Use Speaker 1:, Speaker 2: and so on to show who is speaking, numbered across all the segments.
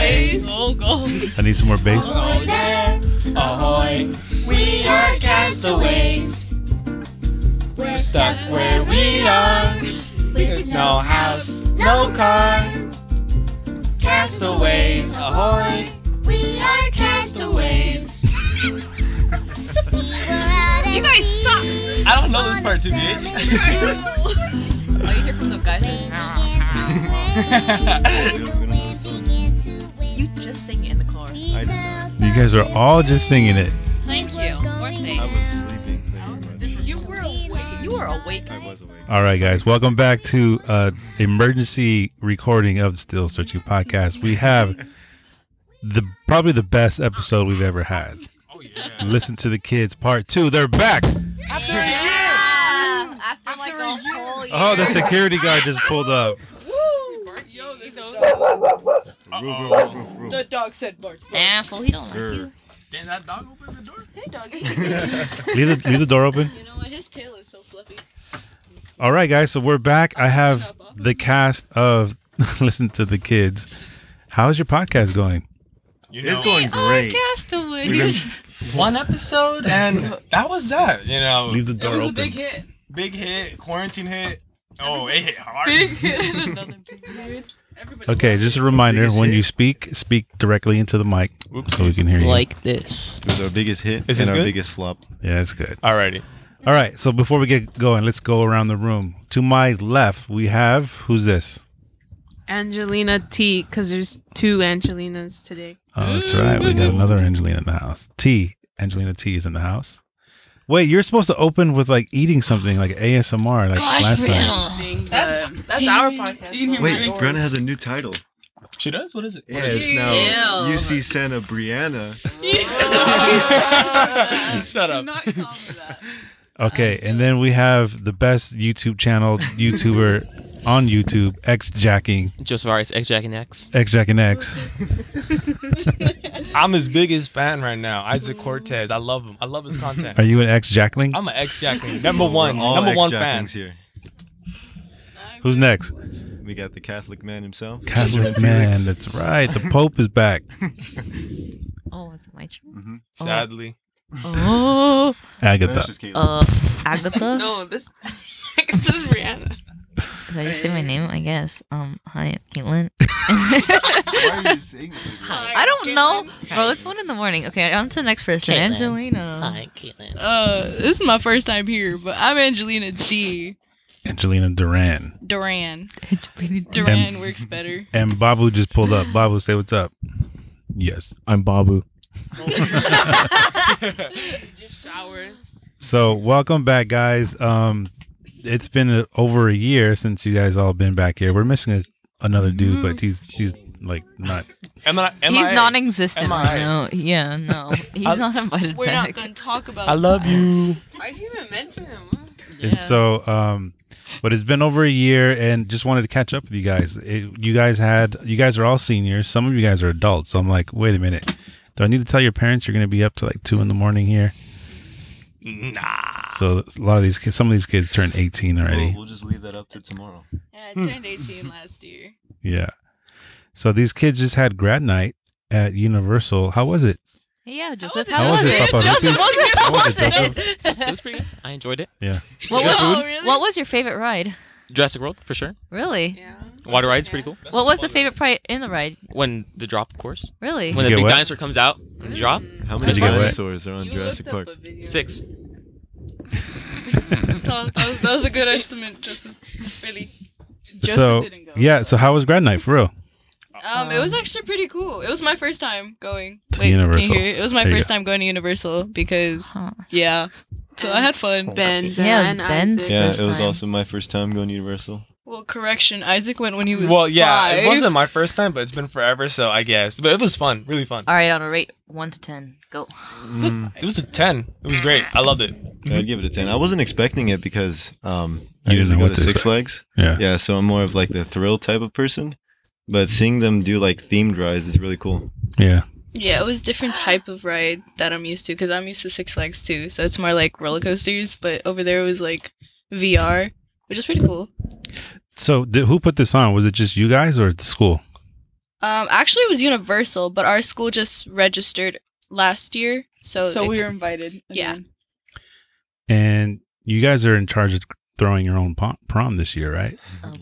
Speaker 1: go, go.
Speaker 2: I need some more bass.
Speaker 3: Oh there, ahoy, we are castaways. We're stuck where we are, with no house, no car. Castaways, ahoy, we are castaways.
Speaker 1: You guys suck.
Speaker 3: I don't know this part too, bitch.
Speaker 1: Oh, you hear from the guys? You just sing it in the car.
Speaker 2: You guys are all just singing it.
Speaker 1: Thank you. Or
Speaker 4: I
Speaker 1: thing.
Speaker 4: was sleeping. Thank you very much.
Speaker 1: You were awake. You were awake.
Speaker 4: I was awake.
Speaker 2: All right, guys, welcome back to uh emergency recording of the Still Searching podcast. We have the probably the best episode we've ever had.
Speaker 4: Oh yeah.
Speaker 2: Listen to the kids part two. They're back.
Speaker 1: Yeah. After, like a whole year.
Speaker 2: Oh, the security guard just pulled up.
Speaker 5: The dog said bark.
Speaker 6: Nah, fool, he don't like you.
Speaker 3: Can that dog open the door?
Speaker 5: Hey, dog.
Speaker 2: Leave the, leave the door open.
Speaker 1: You know what? His tail is so fluffy.
Speaker 2: All right, guys. So we're back. I have the cast of Listen to the Kids. How's your podcast going?
Speaker 4: It's going great.
Speaker 1: Castaways.
Speaker 3: One episode, and that was that. You know,
Speaker 2: Leave the door
Speaker 3: it was
Speaker 2: open.
Speaker 3: A big hit. Big hit. Quarantine hit. Oh, it hit hard.
Speaker 2: Okay, just a reminder when you speak, speak directly into the mic so we can hear you.
Speaker 6: Like this.
Speaker 4: It was our biggest hit
Speaker 3: Is this
Speaker 4: and our
Speaker 3: good?
Speaker 4: biggest flop.
Speaker 2: Yeah, that's good.
Speaker 3: Alrighty.
Speaker 2: All right. So before we get going, let's go around the room. To my left, we have who's this?
Speaker 7: Angelina T, because there's two Angelinas today.
Speaker 2: Oh, that's right. We got another Angelina in the house. T. Angelina T is in the house. Wait, you're supposed to open with like eating something like ASMR like last time.
Speaker 7: That's, that's our podcast.
Speaker 4: Wait, Brenna has a new title.
Speaker 3: She does? What is it?
Speaker 4: Yeah, it's now UC Santa Brianna.
Speaker 3: Shut up.
Speaker 2: Okay, and then we have the best YouTube channel YouTuber on YouTube, X Jacking,
Speaker 8: Joseph Arias, X Jack and X.
Speaker 2: X Jacking X.
Speaker 3: I'm his biggest fan right now. Isaac Cortez. I love him. I love his content.
Speaker 2: Are you an X Jackling?
Speaker 3: I'm an ex Jackling. Number one.
Speaker 4: All
Speaker 3: number one fan.
Speaker 4: ex-Jacklings here.
Speaker 2: Who's next?
Speaker 4: We got the Catholic man himself.
Speaker 2: Catholic
Speaker 4: Benjamin
Speaker 2: man.
Speaker 4: Felix.
Speaker 2: That's right. The Pope is back.
Speaker 6: Oh, is it my turn?
Speaker 4: Mm-hmm.
Speaker 3: Uh-huh. Sadly.
Speaker 6: Oh,
Speaker 2: Agatha.
Speaker 4: That's just Caitlyn.
Speaker 6: uh, Agatha.
Speaker 7: No, this, this is Rihanna.
Speaker 6: Did I just say my name? I guess. Um, hi, I'm Caitlin.
Speaker 4: Why are you saying it like that?
Speaker 6: I don't know, bro. It's one in the morning. Okay, on to the next person,
Speaker 8: Caitlin.
Speaker 6: Angelina.
Speaker 8: Hi, Caitlin.
Speaker 5: Uh, this is my first time here, but I'm Angelina D.
Speaker 2: Angelina Duran.
Speaker 5: Duran.
Speaker 6: Angelina.
Speaker 5: Duran works better.
Speaker 2: And Babu just pulled up. Babu, say what's up. Yes.
Speaker 8: I'm Babu.
Speaker 7: Just showered.
Speaker 2: So welcome back, guys. Um, it's been uh over a year since you guys all been back here. We're missing a, another dude, but
Speaker 4: Mm-hmm.
Speaker 2: he's he's like not.
Speaker 3: Am I, am
Speaker 6: He's
Speaker 3: I,
Speaker 6: non-existent
Speaker 3: MIA.
Speaker 6: right now. Yeah, no, he's not invited
Speaker 5: We're not
Speaker 6: back.
Speaker 5: gonna talk about.
Speaker 3: I love you.
Speaker 7: Why'd you even mention him?
Speaker 2: And so, um, but it's been over a year, and just wanted to catch up with you guys. It, you guys had you guys are all seniors. Some of you guys are adults. So I'm like, wait a minute. Do I need to tell your parents you're going to be up to like two in the morning here? Nah. So a lot of these kids, some of these kids turned 18 already.
Speaker 4: Well, we'll just leave that up to tomorrow.
Speaker 5: Yeah, I turned 18 last year.
Speaker 2: Yeah. So these kids just had grad night at Universal. How was it?
Speaker 6: Hey, yeah, Joseph,
Speaker 2: How
Speaker 6: how
Speaker 2: was
Speaker 6: was
Speaker 2: it,
Speaker 6: it?
Speaker 2: Papa?
Speaker 6: Joseph,
Speaker 2: How
Speaker 6: how was
Speaker 2: it,
Speaker 6: it?
Speaker 8: It was pretty good. I enjoyed it.
Speaker 2: Yeah.
Speaker 6: What
Speaker 5: You got
Speaker 6: was,
Speaker 5: food?
Speaker 6: what was your favorite ride?
Speaker 8: Jurassic World, for sure.
Speaker 6: Really?
Speaker 7: Yeah.
Speaker 8: Water ride's pretty cool.
Speaker 6: What was the favorite part in the ride?
Speaker 8: When the drop, of course.
Speaker 6: Really?
Speaker 8: When
Speaker 2: you
Speaker 8: the
Speaker 2: get
Speaker 8: big
Speaker 2: wet?
Speaker 8: dinosaur comes out and the drop.
Speaker 4: How many
Speaker 2: you get wet?
Speaker 4: dinosaurs are on Jurassic Park?
Speaker 8: Six.
Speaker 5: That was, that was a good estimate, Justin. Really.
Speaker 2: so yeah. So how was grad night for real?
Speaker 5: Um, it was actually pretty cool. It was my first time going.
Speaker 2: To
Speaker 5: Wait,
Speaker 2: Universal.
Speaker 5: Can you hear? It was my
Speaker 2: There you
Speaker 5: first time going to Universal because
Speaker 6: Huh.
Speaker 5: yeah. So I had fun.
Speaker 7: Ben's
Speaker 6: Yeah, it was
Speaker 7: and
Speaker 6: Ben's.
Speaker 7: Isaac.
Speaker 4: Yeah,
Speaker 6: First
Speaker 4: it was
Speaker 6: time.
Speaker 4: also my first time going to Universal.
Speaker 5: Well, correction. Isaac went when he was
Speaker 3: Well, yeah,
Speaker 5: five.
Speaker 3: it wasn't my first time, but it's been forever, so I guess. But it was fun, really fun.
Speaker 6: All right, on a rate one to ten, go.
Speaker 3: It was a ten. It was great. I loved it.
Speaker 4: Yeah, I'd give it a ten. I wasn't expecting it because um, I
Speaker 2: You Mm-hmm. didn't
Speaker 4: usually
Speaker 2: know
Speaker 4: go
Speaker 2: what
Speaker 4: to
Speaker 2: to
Speaker 4: Six
Speaker 2: expect.
Speaker 4: Flags.
Speaker 2: Yeah.
Speaker 4: Yeah, so I'm more of like the thrill type of person. But seeing them do like themed rides is really cool.
Speaker 2: Yeah.
Speaker 5: Yeah, it was different type of ride that I'm used to because I'm used to Six Flags too. So it's more like roller coasters, but over there it was like VR, which is pretty cool.
Speaker 2: So did, who put this on? Was it just you guys or the school?
Speaker 5: Um, actually, it was universal, but our school just registered last year, so
Speaker 9: So
Speaker 5: they-
Speaker 9: we were invited.
Speaker 5: Yeah.
Speaker 9: again.
Speaker 2: And you guys are in charge of throwing your own pom- prom this year, right?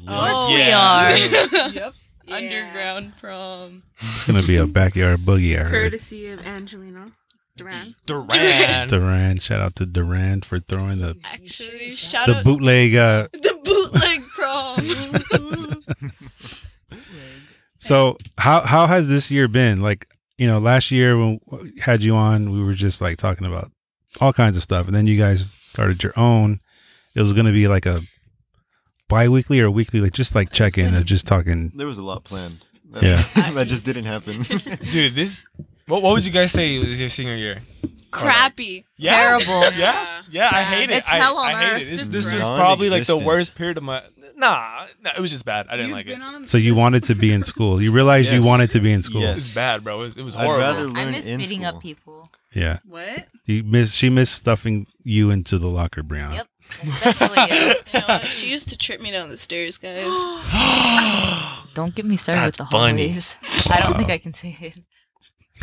Speaker 6: Oh,
Speaker 8: Yeah.
Speaker 6: we are.
Speaker 9: yep.
Speaker 5: underground prom.
Speaker 2: It's gonna be a backyard boogie. I heard.
Speaker 7: Courtesy of Angelina Duran.
Speaker 8: Duran.
Speaker 2: Duran, shout out to Duran for throwing the
Speaker 5: Actually, shout
Speaker 2: the
Speaker 5: out
Speaker 2: bootleg. Uh,
Speaker 5: the bootleg prom.
Speaker 2: so how how has this year been? Like you know, last year when we had you on, we were just like talking about all kinds of stuff, and then you guys started your own. It was gonna be like a bi-weekly or weekly, like just like check in of just talking.
Speaker 4: There was a lot planned. That,
Speaker 2: Yeah.
Speaker 4: that just didn't happen.
Speaker 3: Dude, this. What, what would you guys say was your senior year?
Speaker 5: Crappy.
Speaker 6: Terrible.
Speaker 3: Yeah, yeah, I hate it.
Speaker 6: It's
Speaker 3: I,
Speaker 6: hell on
Speaker 3: I hate
Speaker 6: earth.
Speaker 3: it. This, this was
Speaker 4: Non-existent.
Speaker 3: probably like the worst period of my. Nah, nah, it was just bad. I didn't like it.
Speaker 2: So you wanted to be in school. You realized you
Speaker 4: Yes.
Speaker 2: wanted to be in school.
Speaker 3: It was bad, bro. It was, it was
Speaker 4: I'd
Speaker 3: horrible.
Speaker 4: rather learn
Speaker 6: I miss
Speaker 4: in
Speaker 6: beating
Speaker 4: school.
Speaker 6: up people.
Speaker 2: Yeah.
Speaker 9: What?
Speaker 2: You miss she missed stuffing you into the locker, Brianna.
Speaker 6: Yep. Especially you.
Speaker 5: You know, what? she used to trip me down the stairs, guys.
Speaker 6: Don't get me started with the
Speaker 8: That's funny.
Speaker 6: holidays. I don't think I can say it.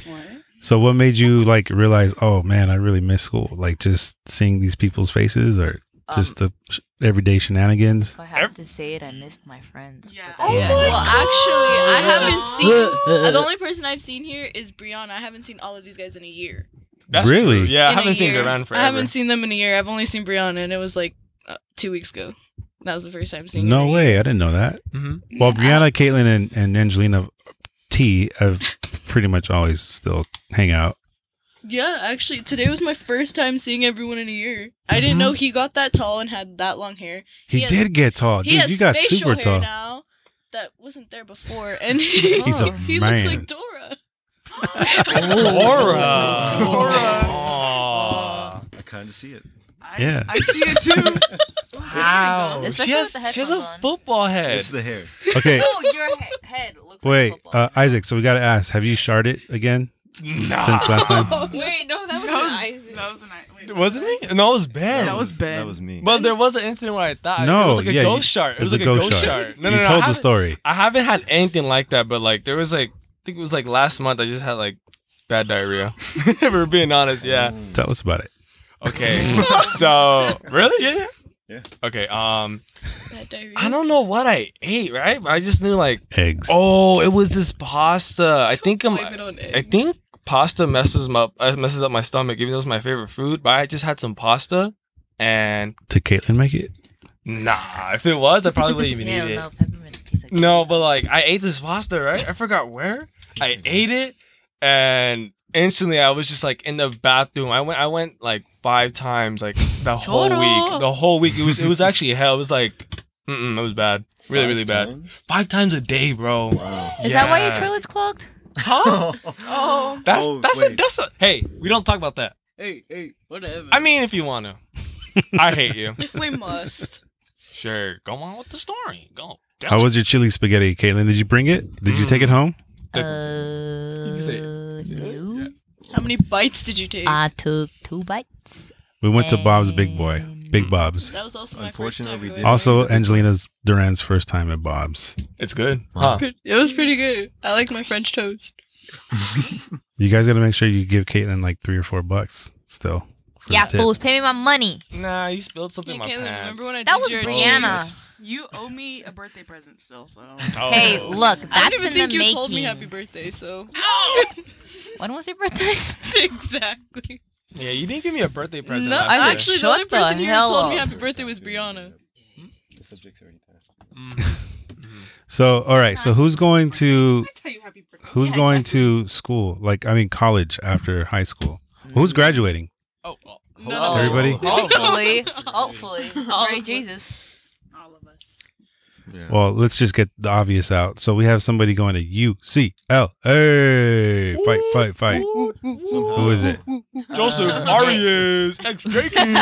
Speaker 9: What?
Speaker 2: So what made you like realize, oh man, I really miss school? Like just seeing these people's faces or
Speaker 6: Um,
Speaker 2: just the sh- everyday shenanigans?
Speaker 6: if
Speaker 5: uh,
Speaker 6: I have to say it, I missed my friends.
Speaker 7: Yeah.
Speaker 9: Oh
Speaker 3: Oh
Speaker 6: but they-
Speaker 5: yeah. Well, actually, I haven't seen. uh, the only person I've seen here is Brianna. I haven't seen all of these guys in a year.
Speaker 3: That's
Speaker 2: Really?
Speaker 3: true. Yeah, I
Speaker 5: In a
Speaker 3: haven't seen
Speaker 5: year.
Speaker 3: Duran forever.
Speaker 5: I haven't seen them in a year. I've only seen Brianna, and it was like uh, two weeks ago. That was the first time seeing. her
Speaker 2: No
Speaker 5: in a
Speaker 2: way,
Speaker 5: year.
Speaker 2: I didn't know that.
Speaker 3: hmm
Speaker 2: Well, Brianna, Caitlin, and, and Angelina T have pretty much always still hang out.
Speaker 5: Yeah, actually, today was my first time seeing everyone in a year. I
Speaker 3: Mm-hmm.
Speaker 5: didn't know he got that tall and had that long hair.
Speaker 2: He,
Speaker 5: He has-
Speaker 2: did get
Speaker 3: Oh,
Speaker 2: tall,
Speaker 5: he
Speaker 2: dude.
Speaker 5: has
Speaker 2: You got
Speaker 5: facial
Speaker 2: super
Speaker 5: hair
Speaker 2: tall.
Speaker 5: now that wasn't there before, and he,
Speaker 6: He's a
Speaker 5: he
Speaker 2: man.
Speaker 5: looks like Dora.
Speaker 3: Aura.
Speaker 4: Aura.
Speaker 3: Aw.
Speaker 4: I kind of see it.
Speaker 2: Yeah.
Speaker 9: I see it too.
Speaker 3: Wow.
Speaker 6: Especially
Speaker 3: she has,
Speaker 6: with the
Speaker 3: she has
Speaker 6: headphones
Speaker 3: a
Speaker 6: on.
Speaker 3: football head.
Speaker 4: It's the hair.
Speaker 2: Okay,
Speaker 6: No, your he- head looks
Speaker 2: wait,
Speaker 6: like football.
Speaker 2: uh, Isaac. So we got to ask: Have you sharded again
Speaker 3: nah.
Speaker 2: since last time?
Speaker 1: Wait, no, that was Isaac.
Speaker 9: That was a night. Wait,
Speaker 3: Was it me? No, it was Ben.
Speaker 9: That was Ben.
Speaker 4: That was me.
Speaker 3: But there was an incident where I thought it
Speaker 2: No,
Speaker 3: was like a
Speaker 2: yeah,
Speaker 3: ghost
Speaker 2: you-
Speaker 3: shark. It
Speaker 2: It was
Speaker 3: was
Speaker 2: a
Speaker 3: like a ghost,
Speaker 2: ghost
Speaker 3: shark. No, no,
Speaker 2: you
Speaker 3: no. I
Speaker 2: told the
Speaker 3: haven't-
Speaker 2: story.
Speaker 3: I haven't had anything like that, but like there was like I think it was like last month I just had like bad diarrhea. if we're being honest, yeah.
Speaker 2: Tell us about it.
Speaker 3: Okay. so really? Yeah, yeah.
Speaker 4: Yeah.
Speaker 3: Okay. Um
Speaker 5: That diarrhea.
Speaker 3: I don't know what I ate, right? But I just knew like
Speaker 2: Eggs.
Speaker 3: oh, it was this pasta. I think I'm
Speaker 5: Blame it on
Speaker 3: I
Speaker 5: eggs.
Speaker 3: think pasta messes my uh, messes up my stomach, even though it's my favorite food. But I just had some pasta, and
Speaker 2: Did Caitlin make it?
Speaker 3: nah, if it was, I probably wouldn't even
Speaker 6: yeah,
Speaker 3: eat it.
Speaker 6: no, peppermint tastes like
Speaker 3: No, but like I ate this pasta, right? I forgot where I ate it, and instantly I was just like in the bathroom. I went, I went like five times, like the whole week. The whole week it was, it was actually hell. It was like, mm-mm, it was bad, really, really bad. Five times a day, bro.
Speaker 6: Is that why your
Speaker 3: Yeah.
Speaker 6: toilet's clogged?
Speaker 3: Huh?
Speaker 4: oh,
Speaker 3: That's that's a,
Speaker 4: wait.
Speaker 3: that's a hey. We don't talk about that.
Speaker 5: Hey, hey, whatever.
Speaker 3: I mean, if you want to, I hate you.
Speaker 5: if we must.
Speaker 3: Sure, go on with the story. Go.
Speaker 2: How was your chili spaghetti, Caitlin? Did you bring it? Did you take it home?
Speaker 3: Like-
Speaker 6: Uh,
Speaker 3: say it.
Speaker 6: no.
Speaker 5: How many bites did you take?
Speaker 6: I took two bites.
Speaker 2: We went to Bob's Big Boy, Big Bob's.
Speaker 5: that was also my first
Speaker 4: Unfortunately,
Speaker 5: time.
Speaker 4: we
Speaker 5: going
Speaker 4: didn't.
Speaker 5: there.
Speaker 2: Also, Angelina's Duran's first time at Bob's.
Speaker 3: It's good, huh?
Speaker 5: It was pretty good. I like my French toast.
Speaker 2: You guys got to make sure you give Caitlin like three or four bucks still. for
Speaker 6: Yeah,
Speaker 2: the tip.
Speaker 6: fools, pay me my money.
Speaker 3: Nah, you spilled something.
Speaker 5: Hey,
Speaker 3: in my
Speaker 5: Caitlin,
Speaker 3: pants.
Speaker 5: remember when I
Speaker 6: That
Speaker 5: did
Speaker 6: was
Speaker 5: your
Speaker 6: Brianna.
Speaker 5: cheese?
Speaker 9: You owe me a birthday present still, so.
Speaker 3: Oh.
Speaker 6: Hey, look,
Speaker 5: I
Speaker 6: that's
Speaker 5: didn't even
Speaker 6: in
Speaker 5: think
Speaker 6: the
Speaker 5: you
Speaker 6: making.
Speaker 5: told me happy birthday, so
Speaker 6: when was your birthday?
Speaker 5: exactly.
Speaker 3: Yeah, you didn't give me a birthday present.
Speaker 5: No,
Speaker 3: last
Speaker 6: I'm
Speaker 3: year.
Speaker 5: actually, the
Speaker 6: Shut
Speaker 5: only person
Speaker 6: the
Speaker 5: here who
Speaker 6: hell
Speaker 5: told me
Speaker 6: up.
Speaker 5: happy birthday was Brianna.
Speaker 4: The subject's already passed.
Speaker 2: So, all right. So, who's going to
Speaker 9: tell you happy birthday.
Speaker 2: who's going to school? Like, I mean, college after high school. Who's graduating?
Speaker 3: Oh, oh,
Speaker 5: None
Speaker 3: oh,
Speaker 5: of us.
Speaker 2: Everybody?
Speaker 3: oh, oh.
Speaker 6: Hopefully, hopefully. Pray Jesus.
Speaker 9: All of us.
Speaker 4: Yeah.
Speaker 2: Well, let's just get the obvious out. So, we have somebody going to UCLA. Hey, fight, fight, fight.
Speaker 4: Somehow.
Speaker 2: Who is it?
Speaker 3: Joseph
Speaker 6: Uh,
Speaker 3: Arias, ex Draken.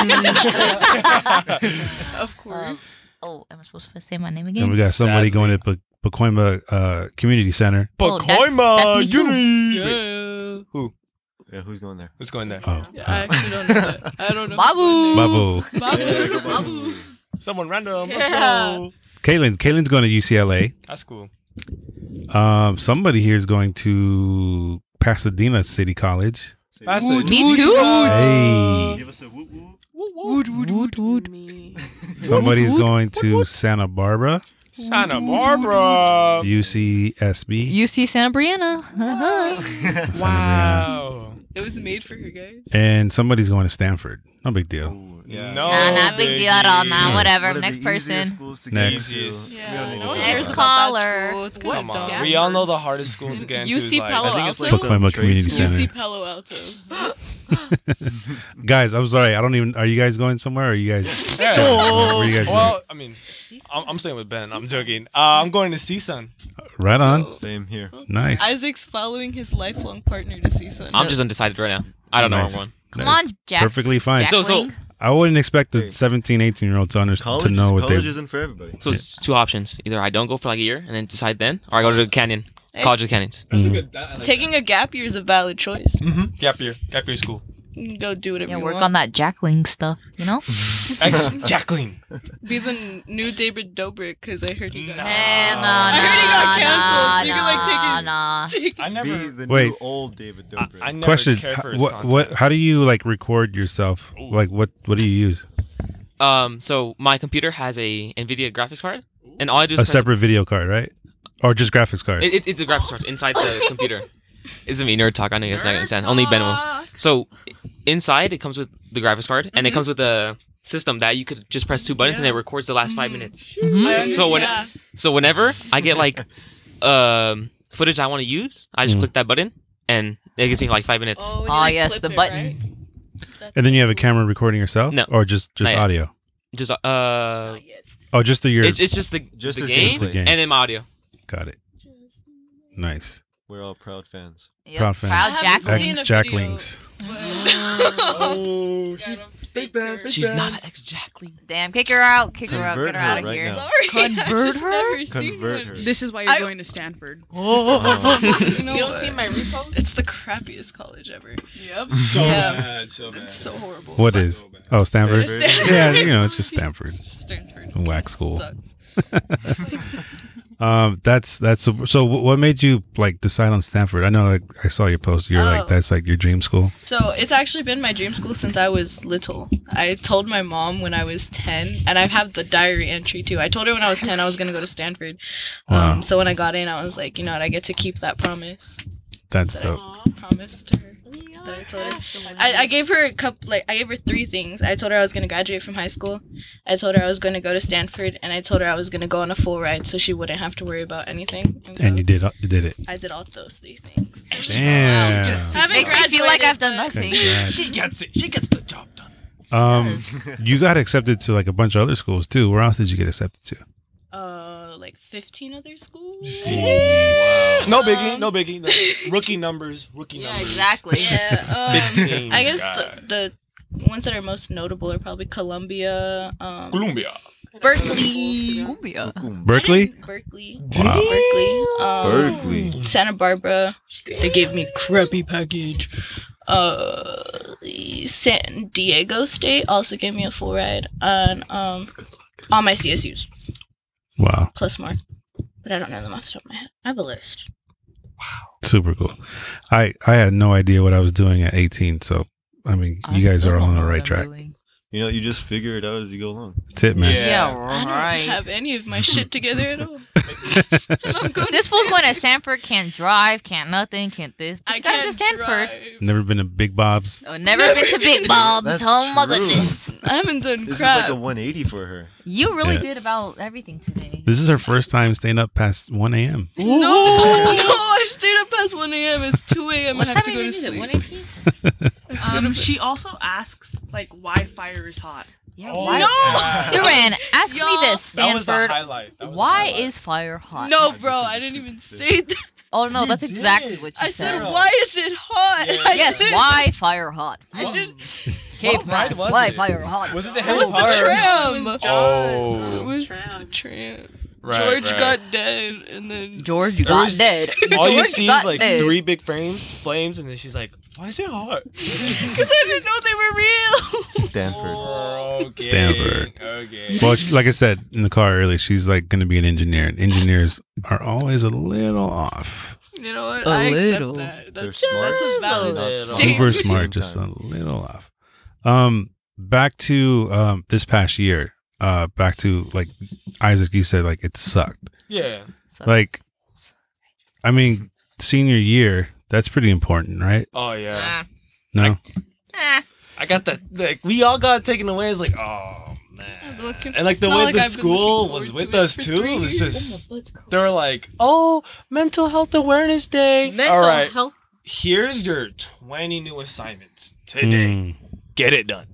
Speaker 5: Of course.
Speaker 6: Um, oh, am I supposed to say my name again?
Speaker 2: And we got somebody
Speaker 3: Sadly.
Speaker 2: going to Pe- Pacoima uh, Community Center.
Speaker 6: Oh, that's-
Speaker 3: Pacoima,
Speaker 6: that's me too.
Speaker 3: Yuri. Wait,
Speaker 5: yeah.
Speaker 3: Who?
Speaker 4: Yeah, who's going there?
Speaker 3: What's going there?
Speaker 2: Oh,
Speaker 5: Yeah, I actually don't know that. I don't know.
Speaker 6: Babu.
Speaker 2: Babu.
Speaker 4: Yeah, go
Speaker 5: Babu.
Speaker 4: back.
Speaker 5: Babu.
Speaker 3: Someone random. Let's
Speaker 5: Yeah.
Speaker 3: go.
Speaker 2: Caitlin, Caitlin's going to UCLA.
Speaker 3: That's cool.
Speaker 2: Um, somebody here is going to Pasadena City College.
Speaker 3: That's
Speaker 9: Ooh,
Speaker 3: it.
Speaker 6: Me too.
Speaker 2: Hey,
Speaker 4: us a whoop whoop.
Speaker 7: Wood, wood. Me.
Speaker 2: somebody's going to Santa Barbara,
Speaker 3: Santa Barbara.
Speaker 2: UCSB.
Speaker 6: You see Santa Brianna. Uh-huh.
Speaker 2: Santa Barbara.
Speaker 3: Wow.
Speaker 5: It was made for her guys.
Speaker 2: And somebody's going to Stanford. No big deal.
Speaker 4: Yeah.
Speaker 3: No.
Speaker 6: Nah, not big deal at all. Nah,
Speaker 2: Yeah.
Speaker 6: whatever.
Speaker 4: One of
Speaker 6: Next
Speaker 4: the easiest
Speaker 6: person.
Speaker 4: schools to
Speaker 2: Next.
Speaker 4: get into.
Speaker 5: Yeah,
Speaker 4: We don't need
Speaker 5: no
Speaker 4: to
Speaker 5: one
Speaker 4: talk
Speaker 6: cares
Speaker 4: about it.
Speaker 6: about- Caller.
Speaker 1: It's
Speaker 9: What
Speaker 1: kind
Speaker 9: Come
Speaker 1: of
Speaker 9: on.
Speaker 1: dumb.
Speaker 3: We all know the hardest school to get into. is,
Speaker 5: UC
Speaker 3: like-
Speaker 5: Palo
Speaker 4: I think it's
Speaker 5: Alto.
Speaker 4: like
Speaker 2: Book
Speaker 4: some
Speaker 2: my
Speaker 4: trade
Speaker 2: community
Speaker 4: school.
Speaker 2: center.
Speaker 5: UC Palo Alto.
Speaker 2: Guys, I'm sorry. I don't even. Are you guys going somewhere? Or are you guys?
Speaker 3: Yeah.
Speaker 2: Where are you guys
Speaker 3: Well, I mean, I'm, I'm staying with Ben. I'm joking. Uh, I'm going to CSUN.
Speaker 2: going? Right on.
Speaker 4: Same here.
Speaker 2: Nice.
Speaker 5: Isaac's following his lifelong partner to see sun.
Speaker 8: I'm just undecided right now. I don't
Speaker 2: Nice.
Speaker 8: know one.
Speaker 6: Come on, Jack.
Speaker 2: Perfectly fine.
Speaker 8: So- so-
Speaker 6: Jackling.
Speaker 2: I wouldn't expect a 17, 18 year old to understand
Speaker 4: College,
Speaker 2: to know what
Speaker 4: college
Speaker 2: they.
Speaker 4: isn't for everybody.
Speaker 8: So it's two options. Either I don't go for like a year and then decide then, or I go to the canyon,
Speaker 5: Hey.
Speaker 8: College of the Canyons.
Speaker 3: That's
Speaker 2: Mhm.
Speaker 3: a good. That, I like
Speaker 5: Taking a gap year is a valid choice.
Speaker 3: hmm Gap year. Gap year school.
Speaker 5: You can go do whatever
Speaker 6: Yeah,
Speaker 5: you
Speaker 6: work on
Speaker 5: want.
Speaker 6: that Jackling stuff. You know.
Speaker 3: Ex- Jacqueline.
Speaker 5: Be the n- new David Dobrik because I heard he got.
Speaker 3: Nah.
Speaker 6: Hey, no,
Speaker 3: I
Speaker 6: no,
Speaker 5: heard he got canceled,
Speaker 6: no,
Speaker 5: so you can, like, take his-
Speaker 6: no.
Speaker 3: I
Speaker 4: Be
Speaker 3: never.
Speaker 4: the
Speaker 2: Wait.
Speaker 4: new old David
Speaker 3: I,
Speaker 4: Dobrik.
Speaker 3: I never
Speaker 2: Question:
Speaker 3: cared for
Speaker 2: h-
Speaker 3: his
Speaker 2: What?
Speaker 3: content.
Speaker 2: What? How do you like record yourself?
Speaker 8: Ooh.
Speaker 2: Like what? What do you use?
Speaker 8: Um, so my computer has a NVIDIA graphics card, and all I do is
Speaker 2: A
Speaker 8: press-
Speaker 2: separate video card, right? Or just graphics card?
Speaker 8: It, it, it's a graphics card inside the computer. It's gonna be nerd talk. I know you guys are not gonna understand. Only Ben will. So i- inside it comes with the graphics card, and
Speaker 1: Mm-hmm.
Speaker 8: it comes with a system that you could just press two buttons and it records the last
Speaker 6: Mm.
Speaker 1: Mm-hmm.
Speaker 8: five minutes.
Speaker 6: Mm-hmm.
Speaker 8: So, so when
Speaker 5: Yeah.
Speaker 8: so whenever I get like um footage I want to use, I just
Speaker 2: Mm.
Speaker 8: click that button and it gives me like five minutes.
Speaker 5: when you,
Speaker 6: Oh,
Speaker 5: like,
Speaker 6: yes,
Speaker 5: flip
Speaker 6: the
Speaker 5: it,
Speaker 6: button.
Speaker 5: right?
Speaker 2: and then you have a camera recording yourself?
Speaker 8: No.
Speaker 2: Or just just
Speaker 8: Not yet.
Speaker 2: audio?
Speaker 8: Just uh,
Speaker 2: Oh, just the your.
Speaker 8: it's, it's just the
Speaker 4: Just
Speaker 8: the
Speaker 4: as
Speaker 8: game,
Speaker 4: gameplay.
Speaker 8: and then my audio.
Speaker 2: Got it. Nice.
Speaker 4: We're all proud fans.
Speaker 6: Yep.
Speaker 2: Proud fans.
Speaker 6: Proud
Speaker 5: I haven't
Speaker 6: Jackling.
Speaker 5: seen
Speaker 2: Ex
Speaker 5: a
Speaker 2: Jacklings.
Speaker 4: Oh, she, big bad, big
Speaker 8: She's not an ex Jacqueline.
Speaker 6: Damn, kick her out. Kick her out.
Speaker 4: Convert
Speaker 6: Get her out
Speaker 4: her
Speaker 6: of
Speaker 4: right
Speaker 6: here.
Speaker 4: now.
Speaker 5: Sorry,
Speaker 6: Convert
Speaker 5: I've just
Speaker 6: her?
Speaker 5: never seen
Speaker 4: Convert
Speaker 5: one.
Speaker 4: her.
Speaker 9: This is why you're
Speaker 5: I-
Speaker 9: going to Stanford.
Speaker 5: You, know
Speaker 1: You don't
Speaker 5: what?
Speaker 1: see my repost?
Speaker 5: It's the crappiest college ever.
Speaker 9: Yep.
Speaker 3: So
Speaker 5: Yeah.
Speaker 3: bad. So bad.
Speaker 5: It's so horrible.
Speaker 2: What is? Oh, Stanford. yeah, you know, it's just Stanford.
Speaker 5: Stanford.
Speaker 2: Whack school.
Speaker 5: Sucks.
Speaker 2: Um, that's that's so. so wh- What made you like decide on Stanford? I know, like I saw your post. You're
Speaker 5: Oh.
Speaker 2: like that's like your dream school.
Speaker 5: So it's actually been my dream school since I was little. I told my mom when I was ten, and I have the diary entry too. I told her when I was ten I was gonna go to Stanford. Um,
Speaker 2: Wow.
Speaker 5: So when I got in, I was like, you know what, I get to keep that promise
Speaker 2: That's
Speaker 5: that
Speaker 2: dope.
Speaker 5: I promised her. That I told her. I, I gave her a couple, like I gave her three things. I told her I was gonna graduate from high school. I told her I was gonna go to Stanford, and I told her I was gonna go on a full ride so she wouldn't have to worry about anything. so
Speaker 2: And you did you did it.
Speaker 5: I did all those three things.
Speaker 2: Damn.
Speaker 5: I haven't
Speaker 6: Makes me feel like
Speaker 5: graduated,
Speaker 6: I've done
Speaker 5: but-
Speaker 6: nothing.
Speaker 2: Congrats.
Speaker 3: gets it. She gets the job done.
Speaker 2: Um, you got accepted to like a bunch of other schools too. Where else did you get accepted to?
Speaker 5: uh like 15 other schools
Speaker 3: No biggie. No biggie. No. rookie numbers. Rookie
Speaker 6: Yeah,
Speaker 3: numbers.
Speaker 6: exactly. oh.
Speaker 5: yeah um,
Speaker 3: Big team.
Speaker 5: i guess the, the ones that are most notable are probably columbia um,
Speaker 3: Columbia.
Speaker 5: berkeley
Speaker 2: Berkeley.
Speaker 5: berkeley
Speaker 2: Wow.
Speaker 5: berkeley um,
Speaker 4: Berkeley.
Speaker 5: santa barbara they gave me crappy package uh san diego state also gave me a full ride on um all my csus
Speaker 2: Wow.
Speaker 5: plus more but i don't know them off the top of my head i have a list
Speaker 2: Super cool. I I had no idea what I was doing at 18. So I mean, you guys are all on the right track.
Speaker 4: You know, you just figure it out as you go along.
Speaker 2: That's it, man.
Speaker 6: Yeah,
Speaker 5: I don't
Speaker 6: right.
Speaker 5: have any of my shit together at all.
Speaker 6: This fool's going to Sanford, can't drive, can't nothing, can't this. But
Speaker 5: I
Speaker 6: she got
Speaker 5: can't
Speaker 6: to Sanford.
Speaker 5: drive.
Speaker 2: Never been to Big Bob's.
Speaker 6: Oh, never, been to Big Bob's.
Speaker 4: That's
Speaker 6: Oh my
Speaker 4: true.
Speaker 6: goodness.
Speaker 5: I haven't done
Speaker 4: This
Speaker 5: crap.
Speaker 4: is like a 180 for her.
Speaker 6: You really
Speaker 2: Yeah.
Speaker 6: did about everything today.
Speaker 2: This is her first time staying up past 1 a.m.
Speaker 5: no, no, I stayed up past 1 a.m. It's 2 a.m.
Speaker 6: What
Speaker 5: and I have
Speaker 6: time
Speaker 5: to go
Speaker 6: even
Speaker 5: to
Speaker 6: is it?
Speaker 5: sleep.
Speaker 6: 118?
Speaker 9: Um, she also asks like why fire is hot.
Speaker 6: Yeah,
Speaker 3: Oh,
Speaker 6: why?
Speaker 3: yeah.
Speaker 6: Duran, ask me
Speaker 9: Y'all,
Speaker 6: this,
Speaker 3: That was the
Speaker 6: Stanford.
Speaker 3: highlight. That was the
Speaker 6: Why
Speaker 3: highlight.
Speaker 6: is fire hot?
Speaker 5: No, bro, I didn't even say that.
Speaker 6: Oh no, that's
Speaker 4: did.
Speaker 6: exactly what you
Speaker 5: I said,
Speaker 6: said.
Speaker 3: Sarah.
Speaker 5: why is it hot?
Speaker 3: Yeah.
Speaker 5: I
Speaker 6: Yes,
Speaker 5: didn't-
Speaker 6: why fire hot?
Speaker 5: I
Speaker 6: Hmm.
Speaker 5: didn't-
Speaker 6: Caveman,
Speaker 3: ride was
Speaker 6: why
Speaker 3: it?
Speaker 6: fire hot?
Speaker 3: Was it the
Speaker 5: It
Speaker 3: Harry
Speaker 5: was
Speaker 3: Potter?
Speaker 5: the tram.
Speaker 3: Oh.
Speaker 5: It was the tram. George got dead, and then
Speaker 6: George got dead.
Speaker 3: All you
Speaker 6: George
Speaker 3: see
Speaker 6: got
Speaker 3: is like
Speaker 6: dead.
Speaker 3: three big frames, flames, and then she's like, "Why is it hot?"
Speaker 5: because I didn't know they were real.
Speaker 4: Stanford.
Speaker 3: Oh, Okay.
Speaker 2: Stanford.
Speaker 3: Okay.
Speaker 2: Well, she- like I said in the car earlier, she's like going to be an engineer, and engineers are always a little off.
Speaker 5: You know what?
Speaker 6: A
Speaker 5: I
Speaker 6: little.
Speaker 5: accept that.
Speaker 4: They're
Speaker 5: That's,
Speaker 4: smart.
Speaker 5: that's a valid
Speaker 4: Not
Speaker 5: Shame.
Speaker 2: Super smart, just a little off. Um, back to um this past year. Uh, back to like Isaac, you said like it sucked.
Speaker 3: Yeah.
Speaker 2: Like, I mean, senior year, that's pretty important, right?
Speaker 3: Oh yeah.
Speaker 6: Ah,
Speaker 2: No,
Speaker 6: ah.
Speaker 3: I got that. Like we all got taken away. It's like oh
Speaker 5: I've
Speaker 3: man.
Speaker 5: been looking-
Speaker 3: And like the
Speaker 5: it's not
Speaker 3: way
Speaker 5: like
Speaker 3: the
Speaker 5: I've been
Speaker 3: school
Speaker 5: looking
Speaker 3: was
Speaker 5: forward
Speaker 3: with
Speaker 5: to it
Speaker 3: us
Speaker 5: for
Speaker 3: too
Speaker 5: three
Speaker 3: it was
Speaker 5: years.
Speaker 3: just
Speaker 5: Oh, my blood's cold.
Speaker 3: they were like, oh, mental health awareness day.
Speaker 1: Mental
Speaker 3: all right,
Speaker 1: health.
Speaker 3: here's your 20 new assignments today.
Speaker 2: Mm,
Speaker 3: Get it done.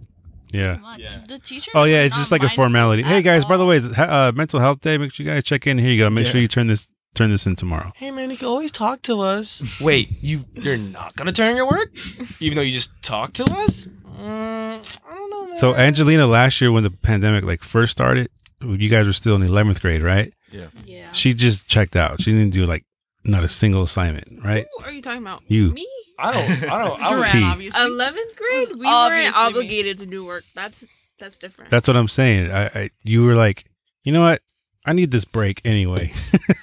Speaker 2: yeah.
Speaker 3: Yeah.
Speaker 5: The teacher.
Speaker 2: Oh yeah,
Speaker 5: is
Speaker 2: it's
Speaker 5: not
Speaker 2: just like a
Speaker 5: mindful
Speaker 2: formality. Hey
Speaker 5: at
Speaker 2: guys, by the
Speaker 5: all.
Speaker 2: way, it's, uh, Mental Health Day. Make sure you guys check in. Here you go. Make
Speaker 3: Yeah.
Speaker 2: sure you turn this turn this in tomorrow.
Speaker 3: Hey man, you can always talk to us. Wait, you you're not gonna turn your work, even though you just talked to us? Mm, I don't know, man.
Speaker 2: So Angelina, last year when the pandemic like first started, you guys were still in eleventh grade, right?
Speaker 5: Yeah.
Speaker 2: She just checked out. She didn't do like not a single assignment, right?
Speaker 7: Who are you talking about?
Speaker 2: You.
Speaker 7: Me?
Speaker 3: I don't, I don't, I don't.
Speaker 9: Duran,
Speaker 2: T.
Speaker 9: obviously.
Speaker 7: 11th
Speaker 5: It
Speaker 7: grade,
Speaker 5: was
Speaker 7: we
Speaker 5: obviously
Speaker 7: weren't
Speaker 5: me.
Speaker 7: obligated to do work. That's that's different.
Speaker 2: That's what I'm saying. I, I you were like, you know what? I need this break anyway.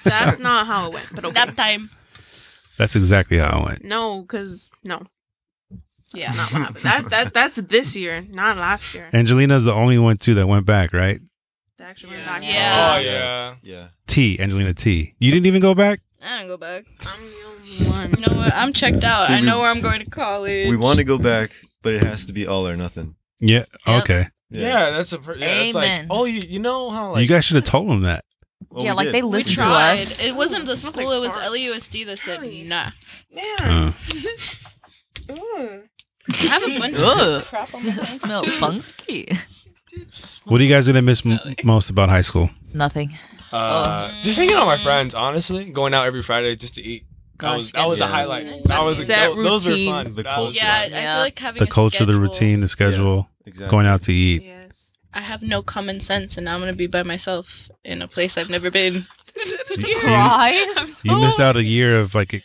Speaker 7: That's not how it went. But okay.
Speaker 5: Nap time.
Speaker 2: That's exactly how I went.
Speaker 7: no, because no,
Speaker 5: Yeah.
Speaker 7: not what happened. That that that's this year, not last year.
Speaker 2: Angelina's the only one too that went back, right?
Speaker 7: They actually went
Speaker 9: Yeah.
Speaker 7: back.
Speaker 5: Yeah.
Speaker 3: Oh, yeah.
Speaker 4: Yeah.
Speaker 2: T, Angelina T. You didn't even go back?
Speaker 5: I don't go back.
Speaker 7: I'm the only one.
Speaker 5: You know what? I'm checked out.
Speaker 4: See,
Speaker 5: I
Speaker 4: we-
Speaker 5: know where I'm going to college.
Speaker 4: We want to go back, but it has to be all or nothing.
Speaker 2: Yeah.
Speaker 6: Yep.
Speaker 2: Okay.
Speaker 3: yeah, That's a, pr- yeah, it's like,
Speaker 6: Amen.
Speaker 3: oh, you, you know how like
Speaker 2: you guys should have told him that.
Speaker 4: Well,
Speaker 6: yeah,
Speaker 4: we
Speaker 6: like
Speaker 4: did.
Speaker 6: they
Speaker 5: We
Speaker 6: listen to
Speaker 5: tried.
Speaker 6: us.
Speaker 5: It wasn't the
Speaker 7: Ooh, smells
Speaker 5: school.
Speaker 7: like
Speaker 5: it was E
Speaker 7: fart.
Speaker 5: LUSD that said
Speaker 7: Allie.
Speaker 5: nah.
Speaker 7: Man, Mm.
Speaker 2: Uh,
Speaker 5: I have a bunch of
Speaker 6: Ugh.
Speaker 5: crap on my hands.
Speaker 6: Smell funky.
Speaker 2: what are you guys gonna miss m- most about high school?
Speaker 6: Nothing.
Speaker 3: uh, just hanging out with my friends. Honestly, going out every Friday just to eat. That
Speaker 6: Gosh,
Speaker 3: was that was a
Speaker 4: yeah.
Speaker 3: highlight.
Speaker 5: That's
Speaker 3: That was
Speaker 7: set
Speaker 3: that, those were
Speaker 7: routine.
Speaker 3: fun.
Speaker 4: The
Speaker 3: That was-
Speaker 4: culture.
Speaker 5: Yeah, I- I
Speaker 6: Yeah.
Speaker 5: feel like having
Speaker 2: The
Speaker 5: a
Speaker 2: culture, the
Speaker 5: schedule-
Speaker 2: routine, the schedule,
Speaker 4: Exactly.
Speaker 2: going out to eat.
Speaker 7: Yes.
Speaker 5: I have no common sense, and now I'm gonna be by myself in a place I've never been.
Speaker 2: You- you-
Speaker 6: Cries.
Speaker 2: You missed
Speaker 7: Oh.
Speaker 2: out a year of like, it-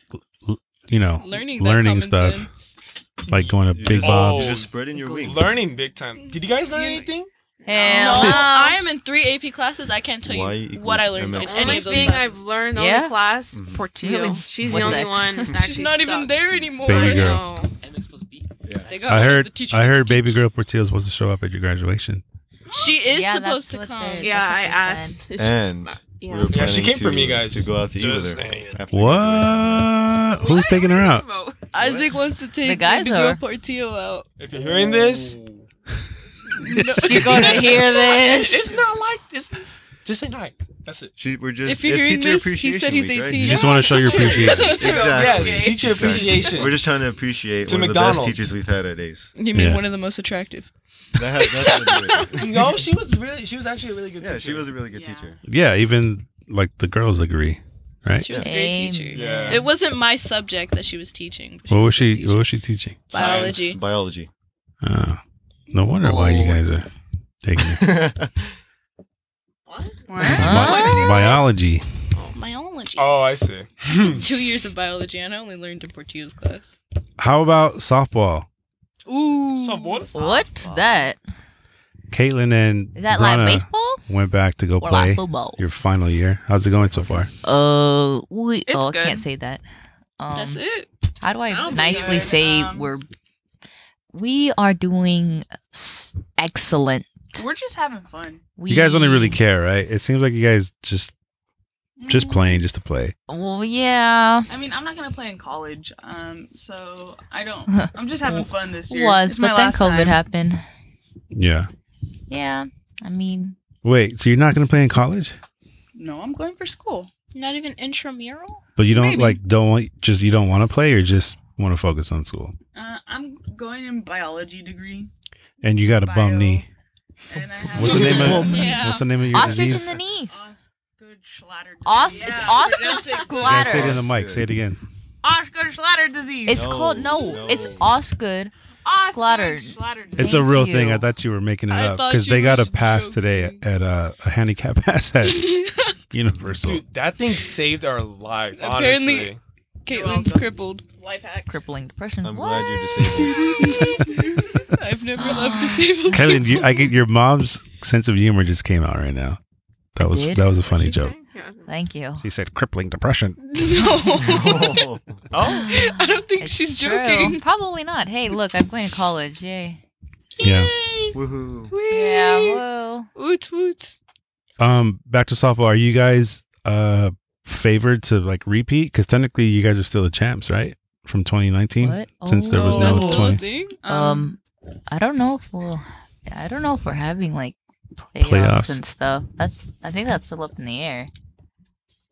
Speaker 2: l- you know,
Speaker 5: Learning
Speaker 2: learning,
Speaker 5: that common
Speaker 2: stuff,
Speaker 5: sense.
Speaker 2: like going to
Speaker 4: You
Speaker 2: Big
Speaker 4: just-
Speaker 2: Bob's.
Speaker 4: you Oh, just spreading your wings.
Speaker 3: Learning big time. Did you guys learn
Speaker 5: You-
Speaker 3: anything?
Speaker 5: No,
Speaker 6: Hell
Speaker 5: I am in three AP classes. I can't tell
Speaker 4: Y
Speaker 5: you
Speaker 4: equals
Speaker 5: what I learned in
Speaker 4: MX.
Speaker 7: The only
Speaker 5: any of those
Speaker 7: thing I've
Speaker 5: classes.
Speaker 7: learned on
Speaker 6: Yeah.
Speaker 7: the class,
Speaker 4: Mhm.
Speaker 7: Portillo.
Speaker 6: Really?
Speaker 7: She's
Speaker 6: What's
Speaker 7: the only
Speaker 6: that?
Speaker 7: one.
Speaker 6: She's
Speaker 7: that
Speaker 5: She's
Speaker 7: actually
Speaker 5: not even
Speaker 7: stuck.
Speaker 5: there anymore.
Speaker 2: Baby
Speaker 7: I
Speaker 2: girl.
Speaker 7: know.
Speaker 4: Yeah.
Speaker 5: They got
Speaker 2: I
Speaker 5: rid of
Speaker 2: heard,
Speaker 5: the teacher
Speaker 2: I
Speaker 5: that
Speaker 2: heard,
Speaker 5: could
Speaker 2: Baby
Speaker 5: teach.
Speaker 2: Girl Portillo was supposed to show up at your graduation.
Speaker 5: She is
Speaker 6: Yeah,
Speaker 5: supposed to
Speaker 6: that's what
Speaker 5: come.
Speaker 6: they're-
Speaker 7: Yeah, I
Speaker 6: That's what they
Speaker 7: asked. if she-
Speaker 4: And we
Speaker 7: yeah.
Speaker 4: were
Speaker 3: Yeah, she
Speaker 4: planning
Speaker 3: came for
Speaker 4: to-
Speaker 3: me, guys.
Speaker 4: to go out to eat
Speaker 3: Just
Speaker 4: with her.
Speaker 3: saying.
Speaker 4: after
Speaker 2: What? Who's taking her out?
Speaker 5: Isaac wants to take
Speaker 6: guys
Speaker 5: Baby Girl
Speaker 6: are-
Speaker 5: Portillo out.
Speaker 3: If you're hearing this,
Speaker 6: You're gonna hear this.
Speaker 3: it's not like this. Just say night. That's it.
Speaker 4: She, we're just.
Speaker 5: If you're
Speaker 4: it's
Speaker 5: hearing
Speaker 4: teacher
Speaker 5: this, he
Speaker 4: appreciation
Speaker 5: said he's
Speaker 4: week, right?
Speaker 5: 18.
Speaker 2: You just want to show your appreciation.
Speaker 4: Exactly.
Speaker 3: Yes,
Speaker 4: Exactly.
Speaker 3: teacher appreciation.
Speaker 4: We're just trying to appreciate
Speaker 3: To
Speaker 4: one
Speaker 3: McDonald's.
Speaker 4: of the best teachers we've had at Ace.
Speaker 5: You mean
Speaker 2: Yeah.
Speaker 5: one of the most attractive?
Speaker 4: That has nothing to do with it.
Speaker 3: no, she was really. She was actually a really good.
Speaker 4: Yeah,
Speaker 3: teacher.
Speaker 4: she was a really good
Speaker 7: Yeah.
Speaker 4: teacher.
Speaker 2: yeah, even like the girls agree, right?
Speaker 5: She was a great
Speaker 6: Amen.
Speaker 5: teacher.
Speaker 3: Yeah.
Speaker 5: It wasn't my subject that she was teaching. but
Speaker 2: What was she?
Speaker 5: a good
Speaker 2: What
Speaker 5: teacher.
Speaker 2: was she teaching?
Speaker 5: Biology.
Speaker 4: Biology.
Speaker 2: Oh, no wonder why
Speaker 5: Oh.
Speaker 2: you guys are taking her. Bi- biology.
Speaker 5: Biology.
Speaker 3: Oh, I see.
Speaker 4: Um,
Speaker 5: Two years of biology, and I only learned in Portillo's class.
Speaker 2: How about softball?
Speaker 5: Ooh.
Speaker 6: What's that?
Speaker 2: Caitlin and
Speaker 6: Is that
Speaker 2: Brenna
Speaker 6: like baseball
Speaker 2: went back to go
Speaker 6: or
Speaker 2: play
Speaker 6: like football?
Speaker 2: your final year. How's it going so far?
Speaker 6: Uh, we,
Speaker 9: It's
Speaker 6: oh, I
Speaker 9: good.
Speaker 6: can't say that. Um,
Speaker 5: That's it.
Speaker 6: How do I,
Speaker 9: I don't think
Speaker 6: nicely
Speaker 9: I-
Speaker 6: say
Speaker 9: um,
Speaker 6: we're we are doing s- excellent?
Speaker 9: We're just having fun.
Speaker 6: We,
Speaker 2: You guys only really care, right? It seems like you guys just
Speaker 6: Mm-hmm.
Speaker 2: just playing just to play.
Speaker 6: Well, yeah,
Speaker 9: I mean, I'm not gonna play in college, um, so I don't. I'm just having fun this year.
Speaker 6: was
Speaker 9: It's my
Speaker 6: but then
Speaker 9: last
Speaker 6: COVID
Speaker 9: time.
Speaker 6: happened.
Speaker 2: Yeah.
Speaker 6: Yeah, I mean,
Speaker 2: Wait, so you're not gonna play in college?
Speaker 9: No, I'm going for school.
Speaker 5: Not even intramural.
Speaker 2: But you don't
Speaker 9: Maybe.
Speaker 2: like don't want just you don't want to play or just want to focus on school.
Speaker 9: Uh, I'm going in biology degree,
Speaker 2: And you got a
Speaker 9: Bio.
Speaker 2: bum knee.
Speaker 9: and I have
Speaker 2: What's the name of
Speaker 5: Yeah.
Speaker 2: What's the name of your
Speaker 6: ostrich in
Speaker 2: disease?
Speaker 6: the knee.
Speaker 9: Osgood Schlatter. Disease.
Speaker 6: Os-
Speaker 5: Yeah,
Speaker 6: it's ostrich
Speaker 5: pronounce it good.
Speaker 2: Yeah, say it in
Speaker 6: splatter.
Speaker 2: the mic. Say it again.
Speaker 9: Osgood Schlatter disease.
Speaker 6: It's
Speaker 4: No,
Speaker 6: called no, It's
Speaker 4: no.
Speaker 6: Osgood.
Speaker 9: Osgood
Speaker 6: Schlatter.
Speaker 9: Schlatter disease.
Speaker 2: It's a
Speaker 6: Thank
Speaker 2: real thing.
Speaker 6: you.
Speaker 2: I thought you were making it
Speaker 5: I
Speaker 2: up
Speaker 5: thought
Speaker 2: because
Speaker 5: you
Speaker 2: they got a
Speaker 5: was
Speaker 2: pass
Speaker 5: joking.
Speaker 2: today at a, a handicap pass at Universal.
Speaker 3: Dude, that thing saved our life.
Speaker 5: Apparently-
Speaker 3: honestly.
Speaker 5: Caitlin's crippled. Life hack.
Speaker 6: crippling depression.
Speaker 4: I'm
Speaker 6: what?
Speaker 4: glad you're disabled.
Speaker 5: I've never
Speaker 1: love disabled.
Speaker 2: Kevin, you, I get your mom's sense of humor just came out right now. That was
Speaker 6: did?
Speaker 2: that was a funny joke.
Speaker 6: Thank you.
Speaker 2: She said crippling depression.
Speaker 4: Oh.
Speaker 6: Oh,
Speaker 1: I don't think she's joking.
Speaker 6: Probably not. Hey, look, I'm going to college. Yay.
Speaker 2: Yeah.
Speaker 4: Woohoo.
Speaker 6: Yeah. Whoa.
Speaker 1: Woot woot.
Speaker 2: Um, back to softball. Are you guys uh favored to like repeat? Because technically, you guys are still the champs, right? From 2019,
Speaker 6: What? Oh.
Speaker 2: since there was
Speaker 1: That's
Speaker 2: no
Speaker 1: still a
Speaker 2: 20
Speaker 1: thing.
Speaker 6: Um, I don't know if we'll. I don't know if we're having like playoffs,
Speaker 2: Playoffs.
Speaker 6: and stuff. That's. I think that's still up in the air.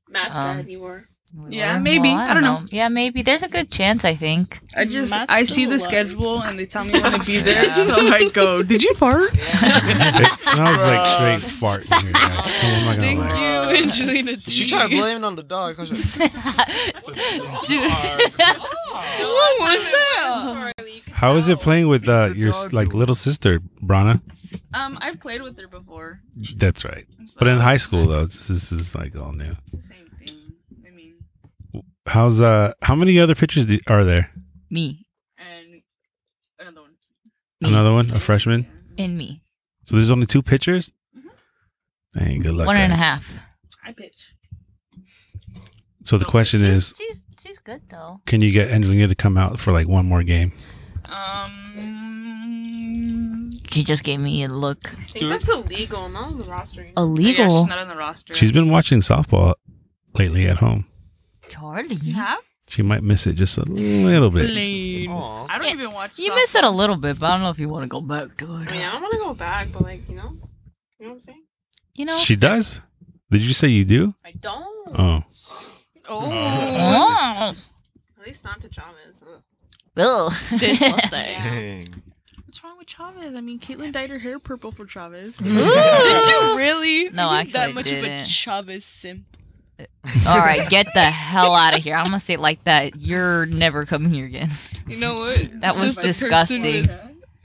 Speaker 5: Matt
Speaker 6: Um,
Speaker 5: you were.
Speaker 6: We
Speaker 9: Yeah,
Speaker 6: were-
Speaker 9: maybe.
Speaker 6: well,
Speaker 9: I don't know.
Speaker 6: Yeah, maybe. There's a good chance. I think.
Speaker 9: I just
Speaker 5: Matt's
Speaker 9: I see
Speaker 5: still
Speaker 9: the
Speaker 5: alive.
Speaker 9: schedule and they tell me when to be there,
Speaker 6: Yeah.
Speaker 9: so I go. Did you fart?
Speaker 2: It sounds like straight fart in here, guys. Come on, I'm not gonna
Speaker 1: Thank
Speaker 2: lie.
Speaker 1: you, Angelina. T.
Speaker 3: She tried to blame it on the dog. I was like,
Speaker 6: Dude.
Speaker 1: What was that?
Speaker 2: How is it playing with uh, your s- like little sister, Brana?
Speaker 9: Um, I've played with her before.
Speaker 2: That's right. But in high school though, this this is like all new.
Speaker 9: it's the same thing. I mean,
Speaker 2: How's uh? How many other pictures do, are there?
Speaker 6: me
Speaker 9: and another one.
Speaker 2: Another one, a freshman.
Speaker 6: and me.
Speaker 2: So there's only two pictures. Dang, good luck.
Speaker 6: Mm-hmm. One and a
Speaker 2: guys.
Speaker 6: half.
Speaker 9: I pitch.
Speaker 2: So the question
Speaker 6: She's-
Speaker 2: is,
Speaker 6: she's she's good though.
Speaker 2: can you get Angelina to come out for like one more game?
Speaker 9: Um,
Speaker 6: She just gave me a look.
Speaker 7: I think that's illegal, not on the roster. you know.
Speaker 9: yeah,
Speaker 6: Illegal,
Speaker 9: she's not on the roster.
Speaker 2: She's been watching softball lately at home.
Speaker 6: Charlie.
Speaker 9: You have?
Speaker 2: She might miss it just a little bit.
Speaker 3: Aw.
Speaker 9: I don't
Speaker 6: Yeah,
Speaker 9: even watch.
Speaker 6: You
Speaker 9: soc-
Speaker 6: miss it a little bit, but I don't know if you want to go back to
Speaker 7: I mean, I
Speaker 6: it.
Speaker 7: don't want to go back, but like, you know, you know what I'm saying?
Speaker 6: You know.
Speaker 2: She does. Did you say you do?
Speaker 7: I don't.
Speaker 2: Oh,
Speaker 1: Oh.
Speaker 6: Oh.
Speaker 7: At least not to Chavez.
Speaker 6: Ugh.
Speaker 5: This must I.
Speaker 7: Yeah.
Speaker 4: Dang.
Speaker 9: What's wrong with Chavez? I mean, Caitlyn dyed her hair purple for Chavez.
Speaker 1: Did
Speaker 6: Ooh.
Speaker 1: you really?
Speaker 6: No,
Speaker 1: Are you
Speaker 6: actually, I
Speaker 1: that much
Speaker 6: didn't.
Speaker 1: of a Chavez simp.
Speaker 6: All right, get the hell out of here. I'm gonna say it like that. You're never coming here again.
Speaker 1: You know what?
Speaker 6: That
Speaker 1: This
Speaker 6: was
Speaker 1: is the person
Speaker 6: disgusting.
Speaker 1: with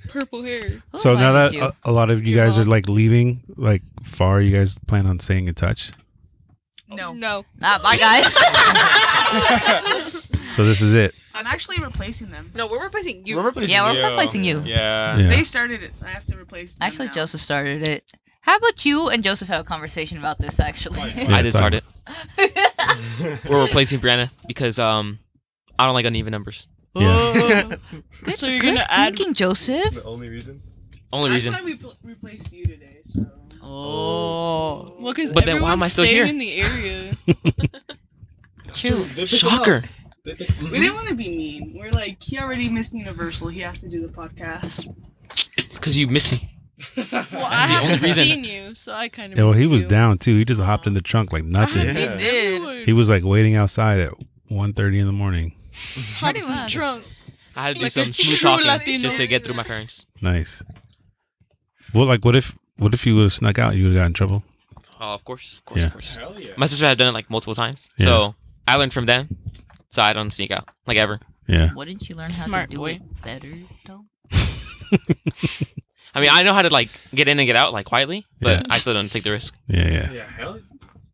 Speaker 1: Purple hair.
Speaker 6: Who
Speaker 2: so now that
Speaker 6: invited
Speaker 2: uh,
Speaker 6: you?
Speaker 2: a, a lot of Oh, you
Speaker 1: Your
Speaker 2: guys are
Speaker 1: mom.
Speaker 2: like leaving, like far, you guys plan on staying in touch.
Speaker 9: no,
Speaker 1: No.
Speaker 6: not my guys.
Speaker 2: So this is it.
Speaker 9: I'm actually replacing them.
Speaker 1: No, we're replacing
Speaker 3: We're replacing
Speaker 6: yeah, we're
Speaker 3: you.
Speaker 6: replacing you.
Speaker 3: Yeah.
Speaker 2: Yeah.
Speaker 9: They started it, so I have to replace them.
Speaker 6: Actually,
Speaker 9: now.
Speaker 6: Joseph started it. How about you and Joseph have a conversation about this? Actually,
Speaker 2: Yeah,
Speaker 8: I did
Speaker 2: talk
Speaker 8: start it.
Speaker 6: yeah,
Speaker 8: We're replacing Brianna because um, I don't like uneven numbers.
Speaker 2: Yeah.
Speaker 1: Oh.
Speaker 6: good,
Speaker 1: So you're
Speaker 6: good
Speaker 1: gonna add-
Speaker 6: thinking, Joseph.
Speaker 4: The only reason?
Speaker 8: Only reason.
Speaker 9: That's why we pl- replaced you today. So.
Speaker 6: Oh,
Speaker 1: Well, because
Speaker 8: But then why am I still
Speaker 1: staying
Speaker 8: here?
Speaker 1: in the area.
Speaker 6: true.
Speaker 8: Shocker.
Speaker 9: We didn't want to be mean. We're like, he already missed Universal. He has to do the podcast.
Speaker 8: It's because you miss me.
Speaker 1: well, I
Speaker 8: the only
Speaker 1: haven't
Speaker 8: reason.
Speaker 1: seen you, so I kind of.
Speaker 2: Yeah, well, he was down too. He just hopped in the trunk like nothing.
Speaker 4: Yeah.
Speaker 6: He did.
Speaker 2: He was like waiting outside at 1.30 in the morning.
Speaker 6: Pretty
Speaker 1: Hot
Speaker 6: much.
Speaker 1: drunk.
Speaker 8: I had to do
Speaker 1: Like a
Speaker 8: some smooth
Speaker 1: true
Speaker 8: talking
Speaker 1: Latino.
Speaker 8: just to get through my parents.
Speaker 2: Nice. Well, like, what if, what if you would have snuck out? You would have got in trouble.
Speaker 8: Oh, of course, of course,
Speaker 2: Yeah.
Speaker 8: of course.
Speaker 4: Hell yeah.
Speaker 8: My sister has done it like multiple times,
Speaker 2: Yeah.
Speaker 8: so I learned from them. So I don't sneak out like ever.
Speaker 2: Yeah.
Speaker 6: Wouldn't you learn how
Speaker 1: Smart
Speaker 6: to do
Speaker 1: boy.
Speaker 6: it better though?
Speaker 8: I mean, I know how to like get in and get out like quietly, but I still don't take the risk.
Speaker 2: Yeah. Yeah.
Speaker 4: Yeah, hell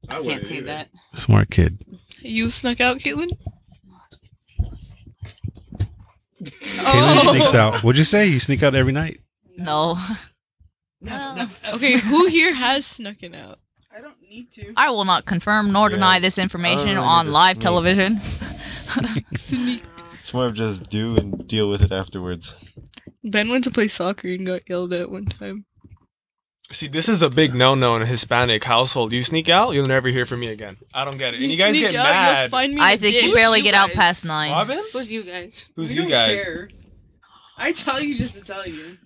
Speaker 6: I can't say that.
Speaker 2: Smart kid.
Speaker 1: You snuck out, Caitlin.
Speaker 2: Kaylin
Speaker 1: Oh.
Speaker 2: sneaks out. What'd you say? You sneak out every night?
Speaker 6: No. Well,
Speaker 1: Okay, who here has snucken out?
Speaker 9: I don't need to.
Speaker 6: I will not confirm nor
Speaker 4: Yeah.
Speaker 6: deny this information
Speaker 4: really
Speaker 6: on
Speaker 4: just
Speaker 6: live
Speaker 4: sneak.
Speaker 6: television.
Speaker 1: Sneak.
Speaker 4: It's more of just do and deal with it afterwards.
Speaker 1: Ben went to play soccer and got yelled at one time.
Speaker 3: See, this is a big no-no in a Hispanic household. You sneak out, you'll never hear from me again. I don't get it. and you guys
Speaker 1: sneak
Speaker 3: get
Speaker 1: out, You'll
Speaker 3: mad.
Speaker 1: find me in a
Speaker 6: Isaac, you
Speaker 1: ditch.
Speaker 6: barely
Speaker 9: you
Speaker 6: get out
Speaker 9: guys.
Speaker 6: past nine.
Speaker 3: Robin?
Speaker 7: Who's you guys?
Speaker 9: We
Speaker 3: Who's you
Speaker 9: don't
Speaker 3: guys?
Speaker 9: care. I tell you just to tell you.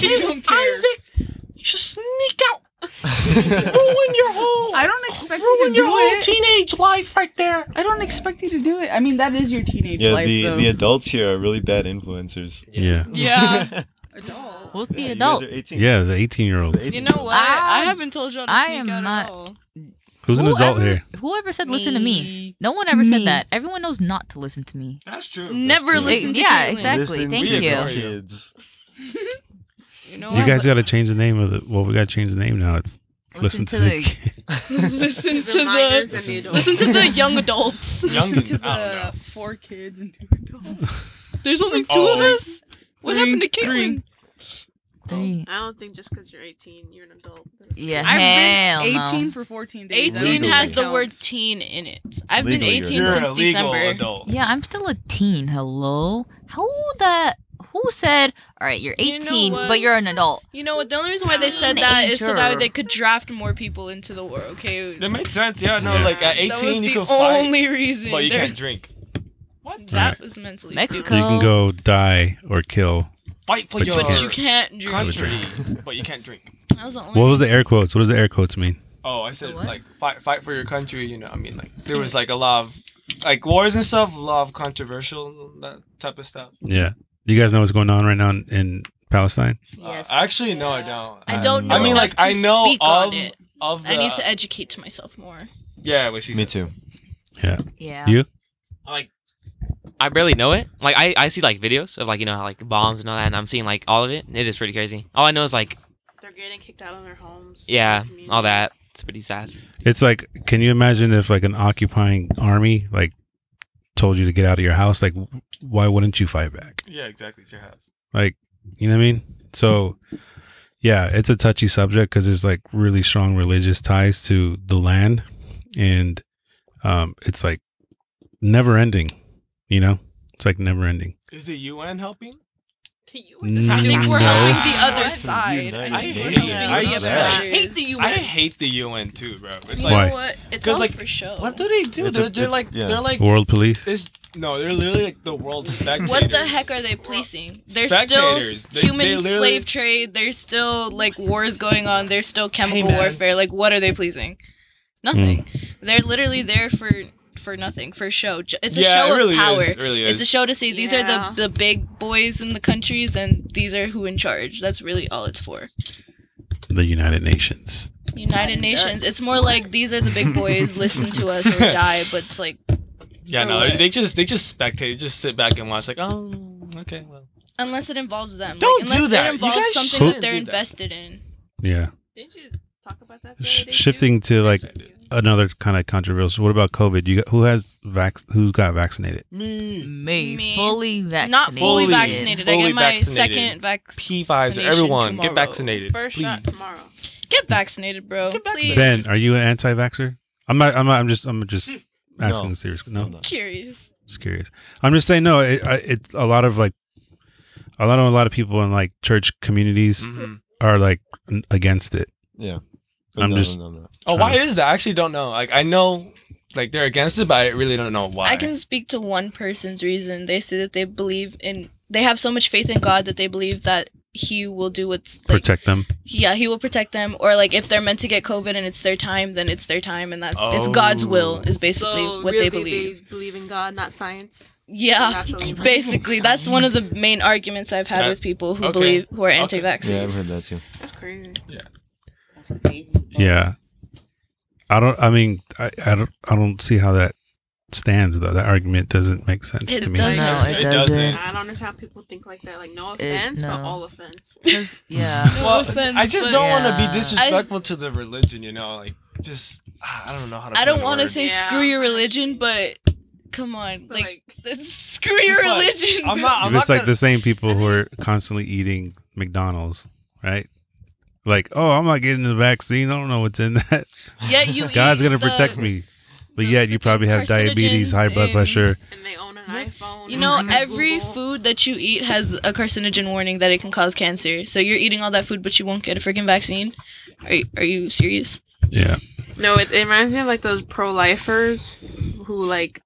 Speaker 9: We don't care.
Speaker 3: Just sneak out. Ruin your whole
Speaker 9: I don't expect you to do it.
Speaker 3: teenage life right there.
Speaker 9: I don't expect you to do it. I mean, that is your teenage
Speaker 4: Yeah,
Speaker 9: life,
Speaker 4: the,
Speaker 9: though.
Speaker 4: the adults here are really bad influencers.
Speaker 2: Yeah.
Speaker 1: Yeah.
Speaker 9: Adult.
Speaker 6: Who's the
Speaker 4: Yeah, you guys
Speaker 6: adult?
Speaker 4: are 18.
Speaker 2: Yeah. The 18 year olds.
Speaker 4: The
Speaker 1: You know what? I,
Speaker 6: I-
Speaker 1: haven't told y'all to
Speaker 6: I
Speaker 1: sneak
Speaker 6: am
Speaker 1: out
Speaker 6: not-
Speaker 1: at all.
Speaker 2: Who's an adult
Speaker 6: Whoever-
Speaker 2: here?
Speaker 6: Whoever said listen to me?
Speaker 1: Me.
Speaker 6: No one ever
Speaker 9: Me.
Speaker 6: said that. Everyone knows not to listen to me. Eh,
Speaker 3: That's true.
Speaker 1: Never
Speaker 4: true.
Speaker 1: listen to
Speaker 6: Yeah,
Speaker 1: Caitlyn.
Speaker 6: exactly.
Speaker 4: Listen
Speaker 6: Thank
Speaker 4: to
Speaker 6: you.
Speaker 4: the Kids.
Speaker 1: You know
Speaker 2: You
Speaker 1: what?
Speaker 2: guys got to change the name of the. Well, we got to change the name now. It's listen, to, the. kid.
Speaker 1: listen to
Speaker 7: The minors
Speaker 1: the
Speaker 7: and the adults.
Speaker 1: listen to the young adults.
Speaker 3: Young
Speaker 9: Listen to
Speaker 3: I don't
Speaker 9: the four kids and two adults.
Speaker 1: There's only two
Speaker 3: Oh.
Speaker 1: of us. What
Speaker 9: Three,
Speaker 1: happened to
Speaker 9: three.
Speaker 1: Caitlin?
Speaker 6: There you-
Speaker 7: I don't think just because you're 18, you're an adult.
Speaker 6: Yeah,
Speaker 9: I've
Speaker 6: hell
Speaker 9: been
Speaker 6: no.
Speaker 9: 18 for 14 days. I don't
Speaker 5: 18
Speaker 4: Legal.
Speaker 9: think
Speaker 5: has
Speaker 9: that
Speaker 5: the word
Speaker 9: counts.
Speaker 5: teen in it. I've
Speaker 4: Legal,
Speaker 5: been
Speaker 4: you're
Speaker 5: 18 since December.
Speaker 3: adult.
Speaker 6: Yeah, I'm still a teen. Hello. Who that? Who said? All right, you're
Speaker 5: You know
Speaker 6: 18,
Speaker 5: what?
Speaker 6: but you're an adult.
Speaker 5: You know what? The only reason why they said that is so that
Speaker 6: Teenager.
Speaker 5: they could draft more people into the war. Okay,
Speaker 3: That makes sense. Yeah, no,
Speaker 2: Yeah.
Speaker 3: like at
Speaker 5: that was
Speaker 3: 18 you
Speaker 5: the
Speaker 3: can fight,
Speaker 5: only reason.
Speaker 3: but you
Speaker 5: There-
Speaker 3: can't drink.
Speaker 5: That
Speaker 2: Right.
Speaker 5: was mentally
Speaker 6: Mexico.
Speaker 5: stupid.
Speaker 2: You can go die or kill.
Speaker 3: Fight for
Speaker 2: But you
Speaker 3: your
Speaker 5: But you can't drink.
Speaker 2: Country.
Speaker 3: country, but you can't drink.
Speaker 5: That was the only.
Speaker 2: What was the air quotes? What does the air quotes mean?
Speaker 3: Oh, I said
Speaker 6: what?
Speaker 3: like fight, fight for your country. You know, I mean, like there was like a lot of like wars and stuff, a lot of controversial that type of stuff.
Speaker 2: Yeah. Do you guys know what's going on right now in, in Palestine?
Speaker 3: Uh, actually, no, I don't. Um,
Speaker 5: I don't know.
Speaker 3: I mean,
Speaker 5: enough
Speaker 3: like I
Speaker 5: to
Speaker 3: know
Speaker 5: speak
Speaker 3: of
Speaker 5: on it.
Speaker 3: of the.
Speaker 5: I need to educate to myself more.
Speaker 3: yeah, what she
Speaker 4: Me
Speaker 3: said.
Speaker 4: too.
Speaker 6: Yeah.
Speaker 2: You-
Speaker 8: Like, I barely know it. Like, I, I see like videos of like you know how like bombs and all that, and I'm seeing like all of it. It is pretty crazy. All I know is like
Speaker 7: They're getting kicked out of their homes.
Speaker 8: yeah, all that. It's pretty sad.
Speaker 2: It's like, can you imagine if like an occupying army like told you to get out of your house? Like, why wouldn't you fight back?
Speaker 3: Yeah, exactly. It's your house.
Speaker 2: Like, you know what I mean? So, yeah, it's a touchy subject because there's like really strong religious ties to the land, and um, it's like never ending. You know, it's like never ending.
Speaker 3: Is the UN helping?
Speaker 7: Mm,
Speaker 5: I think we're
Speaker 2: No.
Speaker 5: helping the other
Speaker 4: What?
Speaker 5: side.
Speaker 4: United
Speaker 5: I think we're
Speaker 3: Nations.
Speaker 5: helping
Speaker 3: I
Speaker 5: the
Speaker 3: hate
Speaker 5: other
Speaker 3: that.
Speaker 5: side.
Speaker 3: I
Speaker 7: the
Speaker 3: I hate the UN too, bro. It's
Speaker 5: You
Speaker 2: Why?
Speaker 3: like
Speaker 5: know what? It's
Speaker 3: 'Cause,
Speaker 5: all
Speaker 3: like,
Speaker 5: for show.
Speaker 3: what do they do?
Speaker 4: It's a-
Speaker 3: They're, they're
Speaker 4: it's-
Speaker 3: like
Speaker 4: yeah.
Speaker 3: they're like
Speaker 2: World police.
Speaker 3: It's no, they're literally like the world's spectators.
Speaker 5: What the heck are they policing? There's still
Speaker 3: Spectators. They-
Speaker 5: human
Speaker 3: they literally-
Speaker 5: slave trade. There's still like wars going on. There's still chemical
Speaker 3: man.
Speaker 5: warfare. Like what are they policing? Nothing. They're literally there for for nothing, for show. Ju- It's a
Speaker 3: yeah,
Speaker 5: show
Speaker 3: it really
Speaker 5: of power.
Speaker 3: Is, it really is.
Speaker 5: It's a show to see these
Speaker 7: Yeah.
Speaker 5: are the the big boys in the countries and these are who in charge. That's really all it's for.
Speaker 2: the United Nations.
Speaker 5: United Nations. It's more like these are the big boys. Listen to us or die. But it's like
Speaker 3: yeah,
Speaker 5: for
Speaker 3: no,
Speaker 5: what?
Speaker 3: they just they just spectate, they just sit back and watch. Like, oh, okay, well.
Speaker 5: unless it involves them.
Speaker 3: Don't
Speaker 5: like, unless
Speaker 3: do that.
Speaker 5: It
Speaker 3: You
Speaker 5: involves
Speaker 3: guys
Speaker 5: something
Speaker 3: shouldn't
Speaker 5: that they're
Speaker 3: do that.
Speaker 5: invested in.
Speaker 2: Yeah.
Speaker 7: Didn't you talk about that?
Speaker 2: Sh- shifting to like another kind of controversial. What about COVID? You got, who has vac? Who's got vaccinated?
Speaker 3: Me,
Speaker 6: Me,
Speaker 5: Me.
Speaker 6: fully vaccinated.
Speaker 5: Not fully
Speaker 3: Fully-
Speaker 5: vaccinated. I
Speaker 3: fully
Speaker 5: get my
Speaker 3: vaccinated.
Speaker 5: second vac.
Speaker 3: P Pfizer, everyone, get vaccinated.
Speaker 7: First
Speaker 3: please.
Speaker 7: shot tomorrow.
Speaker 5: Get vaccinated, bro. Please.
Speaker 2: Ben, are you an anti-vaxer? I'm not. I'm not. I'm just. I'm just asking
Speaker 4: No.
Speaker 2: serious. No,
Speaker 4: Hold on.
Speaker 5: Curious.
Speaker 2: just curious. I'm just saying. No, it, I, it's a lot of like, a lot of a lot of people in like church communities
Speaker 5: Mm-hmm.
Speaker 3: Mhm.
Speaker 2: are like n- against it.
Speaker 4: Yeah.
Speaker 2: I'm
Speaker 4: no,
Speaker 2: just-
Speaker 4: No, no, no.
Speaker 3: Oh, why is that? I actually don't know. Like, I know, like they're against it, but I really don't know why.
Speaker 5: I can speak to one person's reason. They say that they believe in. They have so much faith in God that they believe that He will do what's like.
Speaker 2: Protect them.
Speaker 5: Yeah, He will protect them. Or like, if they're meant to get COVID and it's their time, then it's their time, and that's it's God's
Speaker 3: Oh.
Speaker 5: will. Is basically what they believe.
Speaker 7: They believe in God, not science.
Speaker 5: Yeah.
Speaker 7: Naturally.
Speaker 5: Basically, that's one of the main arguments I've had
Speaker 3: Yeah.
Speaker 5: with people who
Speaker 3: Okay.
Speaker 5: believe who are
Speaker 3: Okay.
Speaker 5: anti-vaccines.
Speaker 4: Yeah, I've heard that too.
Speaker 7: That's crazy.
Speaker 2: Yeah. I don't. I mean, I, I don't. I don't see how that stands though. That argument doesn't make sense
Speaker 5: It
Speaker 2: to me.
Speaker 5: doesn't.
Speaker 6: No, it,
Speaker 3: It
Speaker 6: doesn't.
Speaker 3: doesn't.
Speaker 7: I don't understand how people think like that. Like, no offense,
Speaker 6: no.
Speaker 7: but all offense.
Speaker 6: 'Cause- Yeah.
Speaker 5: No
Speaker 3: Well,
Speaker 5: offense,
Speaker 3: I just
Speaker 5: but-
Speaker 3: don't want to
Speaker 6: Yeah.
Speaker 3: be disrespectful to the religion. You know, like just ah, I don't know how to.
Speaker 5: I
Speaker 3: put it
Speaker 5: don't
Speaker 3: in
Speaker 5: want to
Speaker 3: words.
Speaker 5: say
Speaker 7: Yeah.
Speaker 5: screw your religion, but come on,
Speaker 7: But,
Speaker 5: like,
Speaker 7: like,
Speaker 5: screw your
Speaker 3: Just like,
Speaker 5: religion.
Speaker 3: I'm
Speaker 5: bro.
Speaker 3: not. I'm
Speaker 2: If it's
Speaker 3: not
Speaker 2: like
Speaker 3: gonna-
Speaker 2: the same people who are constantly eating McDonald's, right? Like, oh, I'm not getting the vaccine. I don't know what's in that.
Speaker 5: Yet you
Speaker 2: God's
Speaker 5: eat
Speaker 2: gonna
Speaker 5: the-
Speaker 2: protect me. But
Speaker 5: the
Speaker 2: yet, you probably have
Speaker 5: freaking
Speaker 2: diabetes, high blood
Speaker 5: carcinogens
Speaker 2: pressure.
Speaker 7: and they own an
Speaker 5: Yeah.
Speaker 7: iPhone.
Speaker 5: You know,
Speaker 6: Mm-hmm.
Speaker 7: and
Speaker 5: every
Speaker 7: Google.
Speaker 5: food that you eat has a carcinogen warning that it can cause cancer. So you're eating all that food, but you won't get a freaking vaccine. Are you, are you serious?
Speaker 2: Yeah,
Speaker 7: No, it, it reminds me of like those pro lifers who like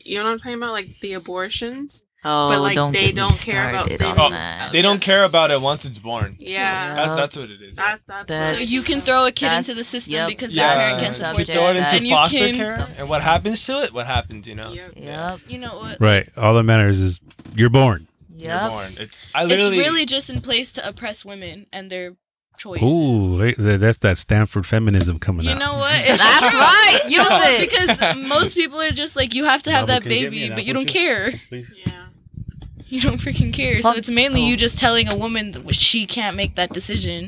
Speaker 7: you know what I'm talking about? Like the abortions.
Speaker 6: Oh,
Speaker 7: But, like,
Speaker 6: don't
Speaker 7: they
Speaker 6: get me
Speaker 7: don't care about
Speaker 6: started
Speaker 7: saving-
Speaker 6: on
Speaker 3: Oh,
Speaker 6: that.
Speaker 3: They don't care about it once it's born.
Speaker 7: Yeah.
Speaker 3: That's, that's what it is.
Speaker 7: That, that's
Speaker 6: That's-
Speaker 5: So you can throw a kid into the
Speaker 6: That's-
Speaker 5: system
Speaker 6: yep.
Speaker 5: because
Speaker 6: Yeah.
Speaker 5: the American
Speaker 6: That's
Speaker 5: support
Speaker 3: you throw it
Speaker 6: that.
Speaker 3: into
Speaker 5: and you
Speaker 3: foster
Speaker 5: can-
Speaker 3: care, and what happens to it? What happens? You know,
Speaker 7: Yep.
Speaker 6: Yep.
Speaker 5: You know what?
Speaker 2: right. All that matters is you're born.
Speaker 3: you're
Speaker 6: Yep.
Speaker 3: born. It's I
Speaker 5: It's
Speaker 3: literally.
Speaker 5: really just in place to oppress women and their choice.
Speaker 2: Ooh, right, th- that's that Stanford feminism coming
Speaker 5: You
Speaker 2: out.
Speaker 5: know what? It's
Speaker 6: That's
Speaker 5: true.
Speaker 6: right. Use it.
Speaker 5: because most people are just like, you have to have
Speaker 2: Mama,
Speaker 5: that
Speaker 2: can you get me
Speaker 5: baby,
Speaker 2: an
Speaker 5: but you
Speaker 2: apple juice?
Speaker 5: don't care.
Speaker 7: Yeah.
Speaker 5: You don't freaking care. So
Speaker 6: Fuck
Speaker 5: it's mainly you
Speaker 6: people.
Speaker 5: just telling a woman that she can't make that decision,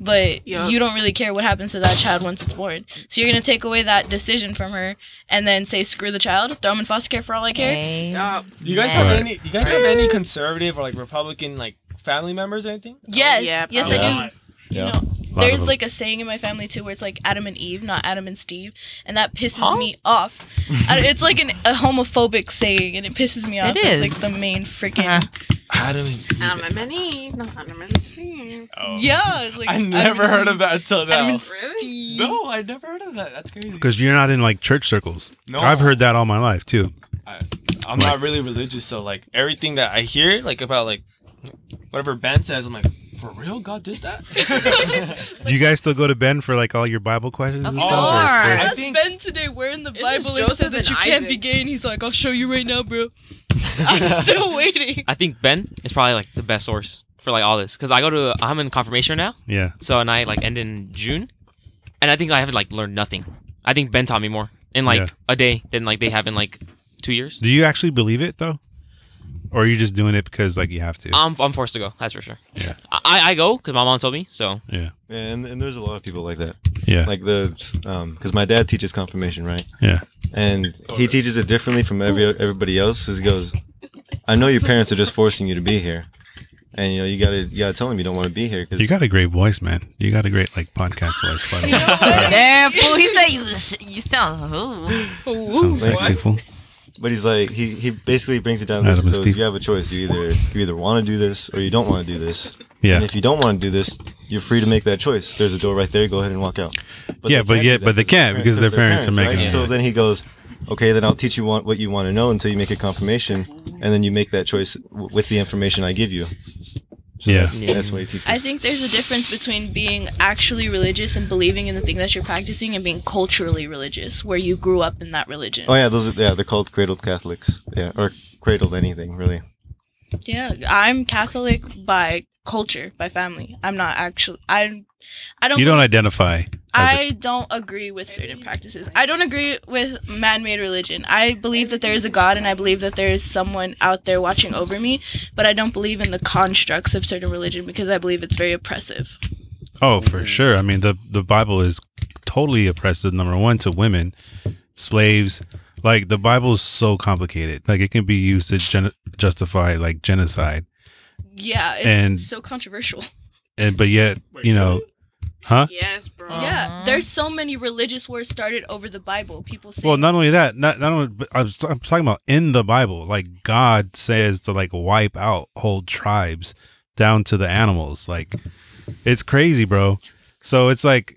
Speaker 5: but
Speaker 7: Yup.
Speaker 5: you don't really care what happens to that child once it's born. So you're gonna take away that decision from her and then say, screw the child, throw him in foster care for all I care.
Speaker 6: Okay.
Speaker 7: Yup.
Speaker 3: you guys have
Speaker 2: Right.
Speaker 3: any? You guys have any conservative or like Republican like family members or anything?
Speaker 5: Yes,
Speaker 7: yeah,
Speaker 5: yes,
Speaker 4: probably.
Speaker 5: I do. You
Speaker 4: Yeah.
Speaker 5: know,
Speaker 2: lot of
Speaker 5: there's
Speaker 2: them.
Speaker 5: like a saying in my family too where it's like Adam and Eve, not Adam and Steve, and that pisses me off. I- it's like an, a homophobic saying, and it pisses me off.
Speaker 6: It
Speaker 5: It's
Speaker 6: is.
Speaker 5: like the main freaking.
Speaker 6: Uh-huh.
Speaker 3: Adam and Eve.
Speaker 7: Adam and Eve. No, Adam and Steve.
Speaker 5: Yeah, it's like
Speaker 3: Oh. I
Speaker 5: Adam
Speaker 3: never
Speaker 5: and
Speaker 3: heard of
Speaker 5: Eve.
Speaker 3: that until now.
Speaker 5: Adam and
Speaker 7: Really?
Speaker 5: Steve.
Speaker 3: no, I never heard of that. That's crazy.
Speaker 2: Because you're not in like church circles.
Speaker 3: No.
Speaker 2: I've heard that all my life too.
Speaker 3: I'm not really religious, so like everything that I hear, like about like whatever Ben says, I'm like, for real, God did that.
Speaker 2: Do you guys still go to Ben for like all your Bible questions and
Speaker 6: Of
Speaker 2: stuff? or it's
Speaker 6: course.
Speaker 5: I
Speaker 2: very-
Speaker 3: I
Speaker 5: asked
Speaker 3: think-
Speaker 5: Ben today where in the
Speaker 9: It's
Speaker 5: Bible it
Speaker 9: Joseph
Speaker 5: said that
Speaker 9: and
Speaker 5: you can't
Speaker 9: Isaac.
Speaker 5: be gay, and he's like, I'll show you right now, bro. I'm still waiting.
Speaker 8: I think Ben is probably like the best source for like all this because I go to I'm in confirmation now,
Speaker 2: Yeah.
Speaker 8: so and I like end in June, and I think I haven't like learned nothing. I think Ben taught me more in like
Speaker 2: Yeah.
Speaker 8: a day than like they have in like two years.
Speaker 2: Do you actually believe it though? Or are you just doing it because like you have to?
Speaker 5: Um,
Speaker 8: I'm I'm forced to go. That's for sure.
Speaker 2: Yeah.
Speaker 8: I I go because my mom told me. So
Speaker 2: yeah.
Speaker 4: Yeah, and, and there's a lot of people like that.
Speaker 2: Yeah.
Speaker 4: Like the, um, because my dad teaches confirmation, right?
Speaker 2: yeah.
Speaker 4: And he teaches it differently from every everybody else. 'cause He goes, I know your parents are just forcing you to be here, and you know you gotta you gotta tell them you don't want to be here. Cause
Speaker 2: You got a great voice, man. You got a great like podcast voice. by the way.
Speaker 6: Yeah, fool. He said you, you sound. Ooh.
Speaker 2: Sounds sexy,
Speaker 4: What?
Speaker 2: fool.
Speaker 4: But he's like, he, he basically brings it down. to
Speaker 2: Adam and
Speaker 4: so
Speaker 2: Steve.
Speaker 4: you have a choice. You either you either want to do this or you don't want to do this. And
Speaker 2: Yeah.
Speaker 4: if you don't want to do this, you're free to make that choice. There's a door right there. Go ahead and walk out.
Speaker 2: Yeah,
Speaker 4: they
Speaker 2: but
Speaker 4: can't
Speaker 2: yeah,
Speaker 4: do that
Speaker 2: but they can't because their parents are making
Speaker 4: right?
Speaker 2: it.
Speaker 4: So then he goes, okay, then I'll teach you want, what you want to know until you make a confirmation, and then you make that choice w- with the information I give you. So
Speaker 2: Yeah.
Speaker 4: that's, that's what he teaches.
Speaker 5: I think there's a difference between being actually religious and believing in the thing that you're practicing and being culturally religious, where you grew up in that religion.
Speaker 4: Oh yeah, those are, yeah they're called cradled Catholics. Yeah, or cradled anything really.
Speaker 5: Yeah, I'm Catholic by culture, by family. I'm not actually. I, I don't.
Speaker 2: You don't identify. As a-
Speaker 5: I don't agree with certain practices. I don't agree with man-made religion. I believe that there is a God, and I believe that there is someone out there watching over me. But I don't believe in the constructs of certain religion because I believe it's very oppressive.
Speaker 2: oh, for sure. I mean, the the Bible is totally oppressive. Number one to women, slaves. Like the Bible is so complicated. Like it can be used to gen- justify like genocide,
Speaker 5: Yeah, it's
Speaker 2: And-
Speaker 5: so controversial.
Speaker 2: and but yet you know, huh?
Speaker 7: Yes, bro.
Speaker 6: Uh,
Speaker 5: Yeah,
Speaker 6: Uh-huh.
Speaker 5: there's so many religious wars started over the Bible. People say,
Speaker 2: Well, not only that, not not only but I was, I'm talking about in the Bible, like God says to like wipe out whole tribes down to the animals. Like it's crazy, bro. So it's like,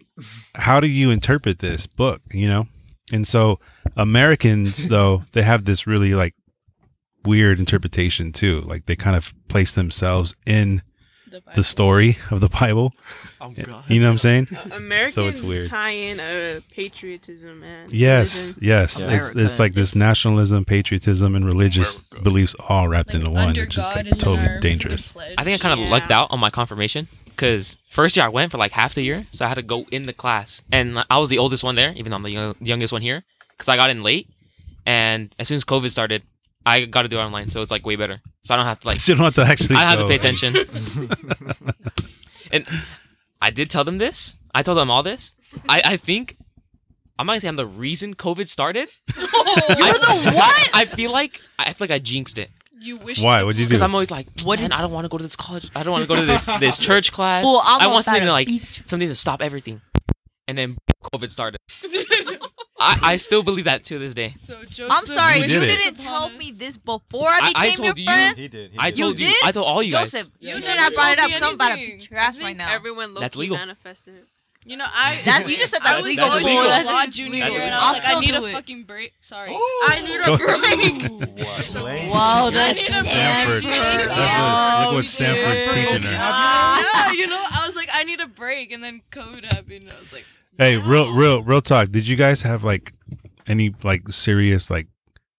Speaker 2: how do you interpret this book? You know, and so Americans though they have this really like weird interpretation too. Like they kind of place themselves in
Speaker 5: the Bible.
Speaker 2: the story of the Bible.
Speaker 3: I'm God.
Speaker 2: You know what I'm saying?
Speaker 7: Americans
Speaker 2: weird.
Speaker 7: tie in uh, patriotism and
Speaker 2: Yes,
Speaker 7: religion.
Speaker 2: yes. It's, it's like this nationalism, patriotism, and religious
Speaker 3: America.
Speaker 2: beliefs all wrapped
Speaker 5: Like,
Speaker 2: into one,
Speaker 5: under
Speaker 2: which is
Speaker 5: God
Speaker 2: like
Speaker 5: is in
Speaker 2: totally
Speaker 5: our
Speaker 2: dangerous.
Speaker 5: pledge.
Speaker 8: I think I kind of
Speaker 7: Yeah.
Speaker 8: lucked out on my confirmation because first year I went for like half the year, so I had to go in the class, and I was the oldest one there, even though I'm the young, youngest one here, because I got in late, and as soon as COVID started, I got to do it online, so it's like way better, so I don't have to like
Speaker 2: you don't have to actually.
Speaker 8: I had to
Speaker 2: go.
Speaker 8: pay attention. and I did tell them this. I told them all this. I, I think I'm not gonna say I'm the reason COVID started.
Speaker 5: You're the what?
Speaker 8: I feel like I feel like I jinxed it
Speaker 5: You wish.
Speaker 2: Why? What'd you do?
Speaker 8: because I'm always like, what? Man, I don't want to go to this college. I don't want to go to this this church class.
Speaker 6: Well, I'm
Speaker 8: I want
Speaker 6: almost
Speaker 8: something
Speaker 6: out
Speaker 8: to
Speaker 6: of
Speaker 8: like
Speaker 6: beach.
Speaker 8: something to stop everything. And then COVID started. I, I still believe that to this day.
Speaker 5: So Joseph
Speaker 6: I'm sorry,
Speaker 2: You
Speaker 6: you,
Speaker 2: did it.
Speaker 6: didn't tell me this before
Speaker 8: I-
Speaker 6: I
Speaker 8: I
Speaker 6: became
Speaker 8: told you.
Speaker 6: your friend.
Speaker 4: He did. He
Speaker 8: I
Speaker 4: did.
Speaker 8: told you.
Speaker 6: did?
Speaker 8: I told all Oh, you guys.
Speaker 6: Joseph, you
Speaker 5: Yeah,
Speaker 6: should
Speaker 5: you
Speaker 6: have brought it up.
Speaker 5: told me
Speaker 6: Something about a
Speaker 5: anything.
Speaker 6: beat your ass
Speaker 7: I
Speaker 6: right
Speaker 7: think
Speaker 6: now.
Speaker 7: everyone low
Speaker 8: That's
Speaker 7: key
Speaker 8: legal.
Speaker 7: manifested it.
Speaker 5: You know, I
Speaker 6: That- you just said
Speaker 5: I
Speaker 6: that
Speaker 5: was
Speaker 6: legal
Speaker 5: going
Speaker 8: before.
Speaker 5: to
Speaker 8: That's
Speaker 5: law
Speaker 6: just
Speaker 5: junior
Speaker 8: weird.
Speaker 5: year, and
Speaker 8: I'll
Speaker 5: I was like, I
Speaker 6: still
Speaker 5: need
Speaker 6: do
Speaker 5: a
Speaker 6: it.
Speaker 5: fucking break. Sorry.
Speaker 7: I need a break.
Speaker 4: Slang.
Speaker 6: Whoa,
Speaker 5: I
Speaker 6: the
Speaker 5: need a
Speaker 2: Stanford.
Speaker 6: Stanford.
Speaker 5: break.
Speaker 2: That's what- look what Stanford's
Speaker 6: dude.
Speaker 2: teaching her.
Speaker 5: yeah,
Speaker 6: Ah.
Speaker 5: you know, I was like, I need a break, and then COVID happened. And I was like,
Speaker 2: Hey, real, real, real talk. Did you guys have like any like serious like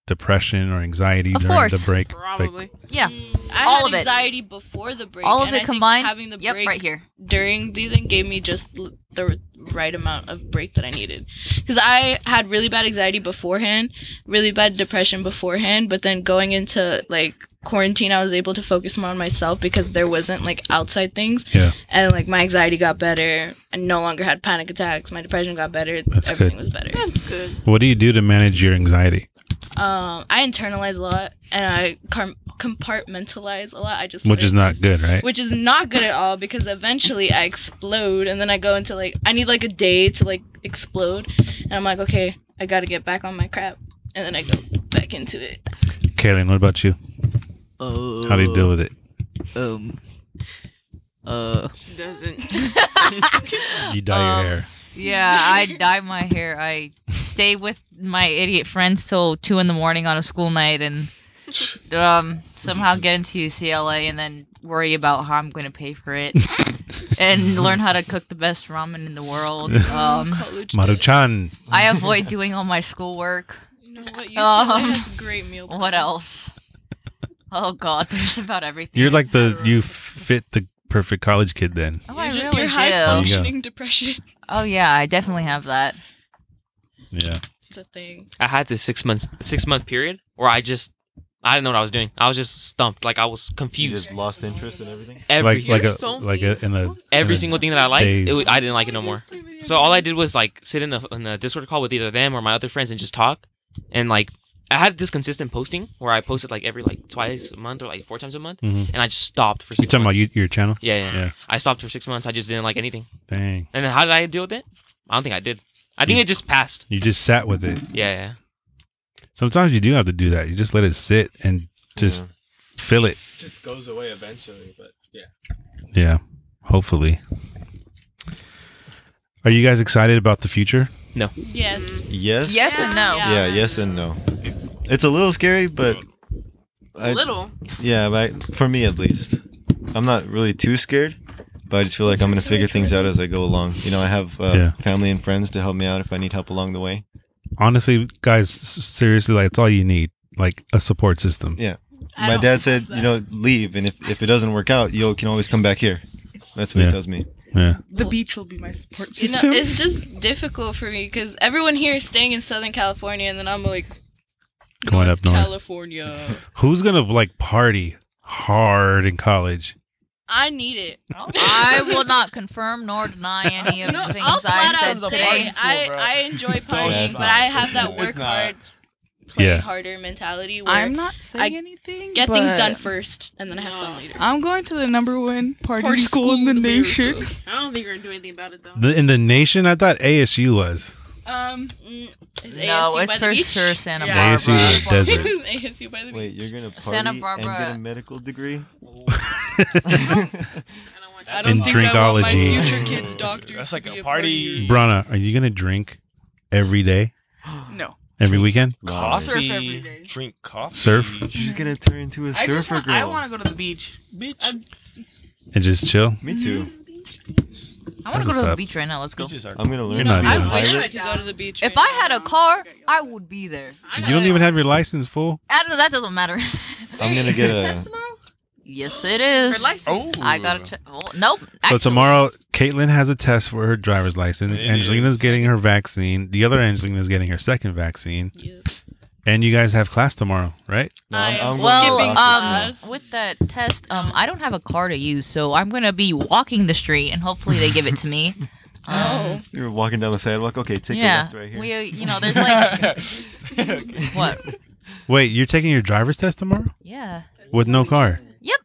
Speaker 2: depression or anxiety
Speaker 6: Of
Speaker 2: during the
Speaker 6: course.
Speaker 2: break? Like,
Speaker 7: Probably.
Speaker 6: Yeah,
Speaker 5: mm, I
Speaker 6: All
Speaker 5: had
Speaker 6: of it.
Speaker 5: anxiety before the break.
Speaker 6: all of
Speaker 5: and I
Speaker 6: it
Speaker 5: think
Speaker 6: combined.
Speaker 5: Having the
Speaker 6: yep,
Speaker 5: break
Speaker 6: right here.
Speaker 5: during the thing gave me just l- the right amount of break that I needed. Because I had really bad anxiety beforehand, really bad depression beforehand, but then going into like quarantine, I was able to focus more on myself because there wasn't like outside things.
Speaker 2: Yeah.
Speaker 5: And like my anxiety got better. I no longer had panic attacks. My depression got better.
Speaker 2: That's
Speaker 5: Everything
Speaker 2: good.
Speaker 5: was better.
Speaker 7: That's good.
Speaker 2: what do you do to manage your anxiety?
Speaker 5: Um, I internalize a lot and I car- compartmentalize a lot. I just
Speaker 2: which is
Speaker 5: learned
Speaker 2: not good, right?
Speaker 5: which is not good at all because eventually I explode and then I go into like I need like a day to like explode and I'm like okay I got to get back on my crap and then I go back into it.
Speaker 2: Kaylin, what about you?
Speaker 6: Oh.
Speaker 2: How do you deal with it?
Speaker 6: Um. Uh.
Speaker 7: She doesn't.
Speaker 2: You dye
Speaker 6: Um,
Speaker 2: your hair.
Speaker 6: Yeah, I dye my hair. I stay with my idiot friends till two in the morning on a school night, and um, somehow get into UCLA, and then worry about how I'm going to pay for it, and learn how to cook the best ramen in the world. Um,
Speaker 2: Maruchan.
Speaker 6: I avoid doing all my schoolwork.
Speaker 5: You know what?
Speaker 6: UCLA
Speaker 5: UCLA
Speaker 6: Um,
Speaker 5: has great meal.
Speaker 6: What else? Oh God, there's about everything.
Speaker 2: You're like the you f- fit the perfect college kid then.
Speaker 6: oh,
Speaker 5: You're,
Speaker 6: I
Speaker 5: ju-
Speaker 6: really
Speaker 5: you're high
Speaker 6: do.
Speaker 5: functioning depression.
Speaker 6: Oh yeah, I definitely have that.
Speaker 2: Yeah.
Speaker 5: It's a thing.
Speaker 8: I had this six months six month period where I just I didn't know what I was doing. I was just stumped. Like I was
Speaker 4: You
Speaker 8: confused.
Speaker 4: just lost interest in everything.
Speaker 8: Every
Speaker 2: like like a
Speaker 9: Something.
Speaker 2: like a in a Mm-hmm.
Speaker 8: every
Speaker 2: in a-
Speaker 8: single thing that I liked, it
Speaker 2: days.
Speaker 8: wa- I didn't like it no more. So all I did was like sit in a, in a Discord call with either them or my other friends and just talk. And like I had this consistent posting where I posted like every like twice a month or like four times a month,
Speaker 2: Mhm.
Speaker 8: and I just stopped for. Six
Speaker 2: You talking about
Speaker 8: months.
Speaker 2: you, your channel?
Speaker 8: Yeah, yeah,
Speaker 2: Yeah.
Speaker 8: I stopped for six months. I just didn't like anything.
Speaker 2: Dang.
Speaker 8: And then how did I deal with it? I don't think I did. I think it just passed.
Speaker 2: You just sat with it.
Speaker 8: Yeah, yeah.
Speaker 2: Sometimes you do have to do that. You just let it sit and just fill it.
Speaker 3: just goes away eventually, but yeah.
Speaker 2: Yeah. Hopefully. Are you guys excited about the future?
Speaker 5: Yes.
Speaker 4: Yes.
Speaker 6: Yes and no.
Speaker 4: Yeah. Yes and no. It's a little scary, but I,
Speaker 7: Little.
Speaker 4: yeah, but for me at least, I'm not really too scared. But I just feel like I'm gonna figure things out as I go along. You know, I have uh,
Speaker 2: Yeah.
Speaker 4: family and friends to help me out if I need help along the way.
Speaker 2: Honestly, guys, s- seriously, like it's all you need, like a support system.
Speaker 4: Yeah.
Speaker 5: I
Speaker 4: My
Speaker 5: don't
Speaker 4: dad
Speaker 5: have
Speaker 4: said,
Speaker 5: that.
Speaker 4: you know, leave, and if, if it doesn't work out, you can always come back here. That's what
Speaker 2: Yeah.
Speaker 4: he tells me.
Speaker 2: Yeah.
Speaker 9: The beach will be my support
Speaker 5: You know,
Speaker 9: system.
Speaker 5: it's just difficult for me because everyone here is staying in Southern California, and then I'm like
Speaker 2: Going up north.
Speaker 5: California.
Speaker 2: Who's gonna like party hard in college?
Speaker 5: I need it.
Speaker 6: I will not confirm nor deny any of
Speaker 5: No,
Speaker 6: the things
Speaker 5: I'll flat
Speaker 6: I
Speaker 5: out
Speaker 3: It's
Speaker 6: said
Speaker 3: a
Speaker 5: say
Speaker 6: today.
Speaker 3: party school,
Speaker 5: I,
Speaker 3: bro.
Speaker 5: I enjoy partying,
Speaker 4: it's
Speaker 5: but
Speaker 4: not.
Speaker 5: I have that
Speaker 4: It's
Speaker 5: work
Speaker 3: not.
Speaker 5: hard, play
Speaker 2: Yeah.
Speaker 5: harder mentality where
Speaker 9: I'm not saying
Speaker 5: I
Speaker 9: anything.
Speaker 5: get things
Speaker 9: but
Speaker 5: done first and then I have fun later.
Speaker 9: I'm going to the number one party, school, in the nation.
Speaker 5: America.
Speaker 7: I don't think you're gonna do anything about it though.
Speaker 2: The, in the nation, I thought ASU was.
Speaker 9: Um,
Speaker 5: Mm, is
Speaker 6: No,
Speaker 5: ASU
Speaker 6: it's
Speaker 5: by
Speaker 6: for
Speaker 5: the beach?
Speaker 6: sure Santa
Speaker 9: Yeah.
Speaker 2: ASU
Speaker 6: Barbara.
Speaker 2: is a desert.
Speaker 5: ASU by the
Speaker 4: Wait,
Speaker 5: beach.
Speaker 4: you're gonna party
Speaker 6: Santa
Speaker 4: and get
Speaker 6: Barbara.
Speaker 4: a medical degree?
Speaker 7: I don't want
Speaker 5: I
Speaker 7: that.
Speaker 5: don't think I want my
Speaker 2: Drinkology.
Speaker 5: future kids' doctors.
Speaker 3: That's
Speaker 5: to
Speaker 3: like
Speaker 5: be
Speaker 3: a party.
Speaker 2: Brana, are you gonna drink every day,
Speaker 9: no.
Speaker 2: every weekend?
Speaker 4: Wow.
Speaker 9: Surf every day.
Speaker 3: Drink coffee.
Speaker 2: Surf?
Speaker 4: She's gonna turn into a
Speaker 9: I just
Speaker 4: surfer
Speaker 7: want-
Speaker 4: girl.
Speaker 9: I want to go to the beach.
Speaker 3: Bitch.
Speaker 2: And just chill.
Speaker 4: Me too.
Speaker 6: I want to go
Speaker 2: What's
Speaker 6: to the
Speaker 2: up?
Speaker 6: beach right now. Let's go.
Speaker 3: Bitches are
Speaker 8: Um,
Speaker 4: I'm gonna learn
Speaker 2: know,
Speaker 4: to be a
Speaker 2: I
Speaker 5: I wish
Speaker 4: pirate.
Speaker 5: I could go to the beach.
Speaker 6: If I had a car, I would be there.
Speaker 2: You don't even have your license, fool.
Speaker 6: I don't know. That doesn't matter.
Speaker 4: I'm gonna get a.
Speaker 5: test tomorrow.
Speaker 6: yes, it
Speaker 7: Her
Speaker 6: is.
Speaker 7: license.
Speaker 3: Oh.
Speaker 6: I gotta. Ch- well, nope.
Speaker 2: So
Speaker 6: actually,
Speaker 2: tomorrow, Caitlin has a test for her driver's license.
Speaker 3: It
Speaker 2: Angelina's
Speaker 3: is.
Speaker 2: getting her vaccine. The other Angelina's getting her second vaccine.
Speaker 5: Yeah.
Speaker 2: And you guys have class tomorrow, right?
Speaker 4: No,
Speaker 5: I am
Speaker 4: I'm, I'm
Speaker 6: Well,
Speaker 4: gonna
Speaker 5: skipping
Speaker 4: go
Speaker 6: um,
Speaker 4: to
Speaker 5: class.
Speaker 6: with that test, um, I don't have a car to use, so I'm gonna be walking the street, and hopefully they give it to me.
Speaker 5: Oh,
Speaker 6: Um,
Speaker 4: You're walking down the sidewalk. Okay, take a
Speaker 6: yeah.
Speaker 4: left right here.
Speaker 6: We, you know, there's like what?
Speaker 2: Wait, you're taking your driver's test tomorrow
Speaker 6: Yeah,
Speaker 2: with no car?
Speaker 6: Yep.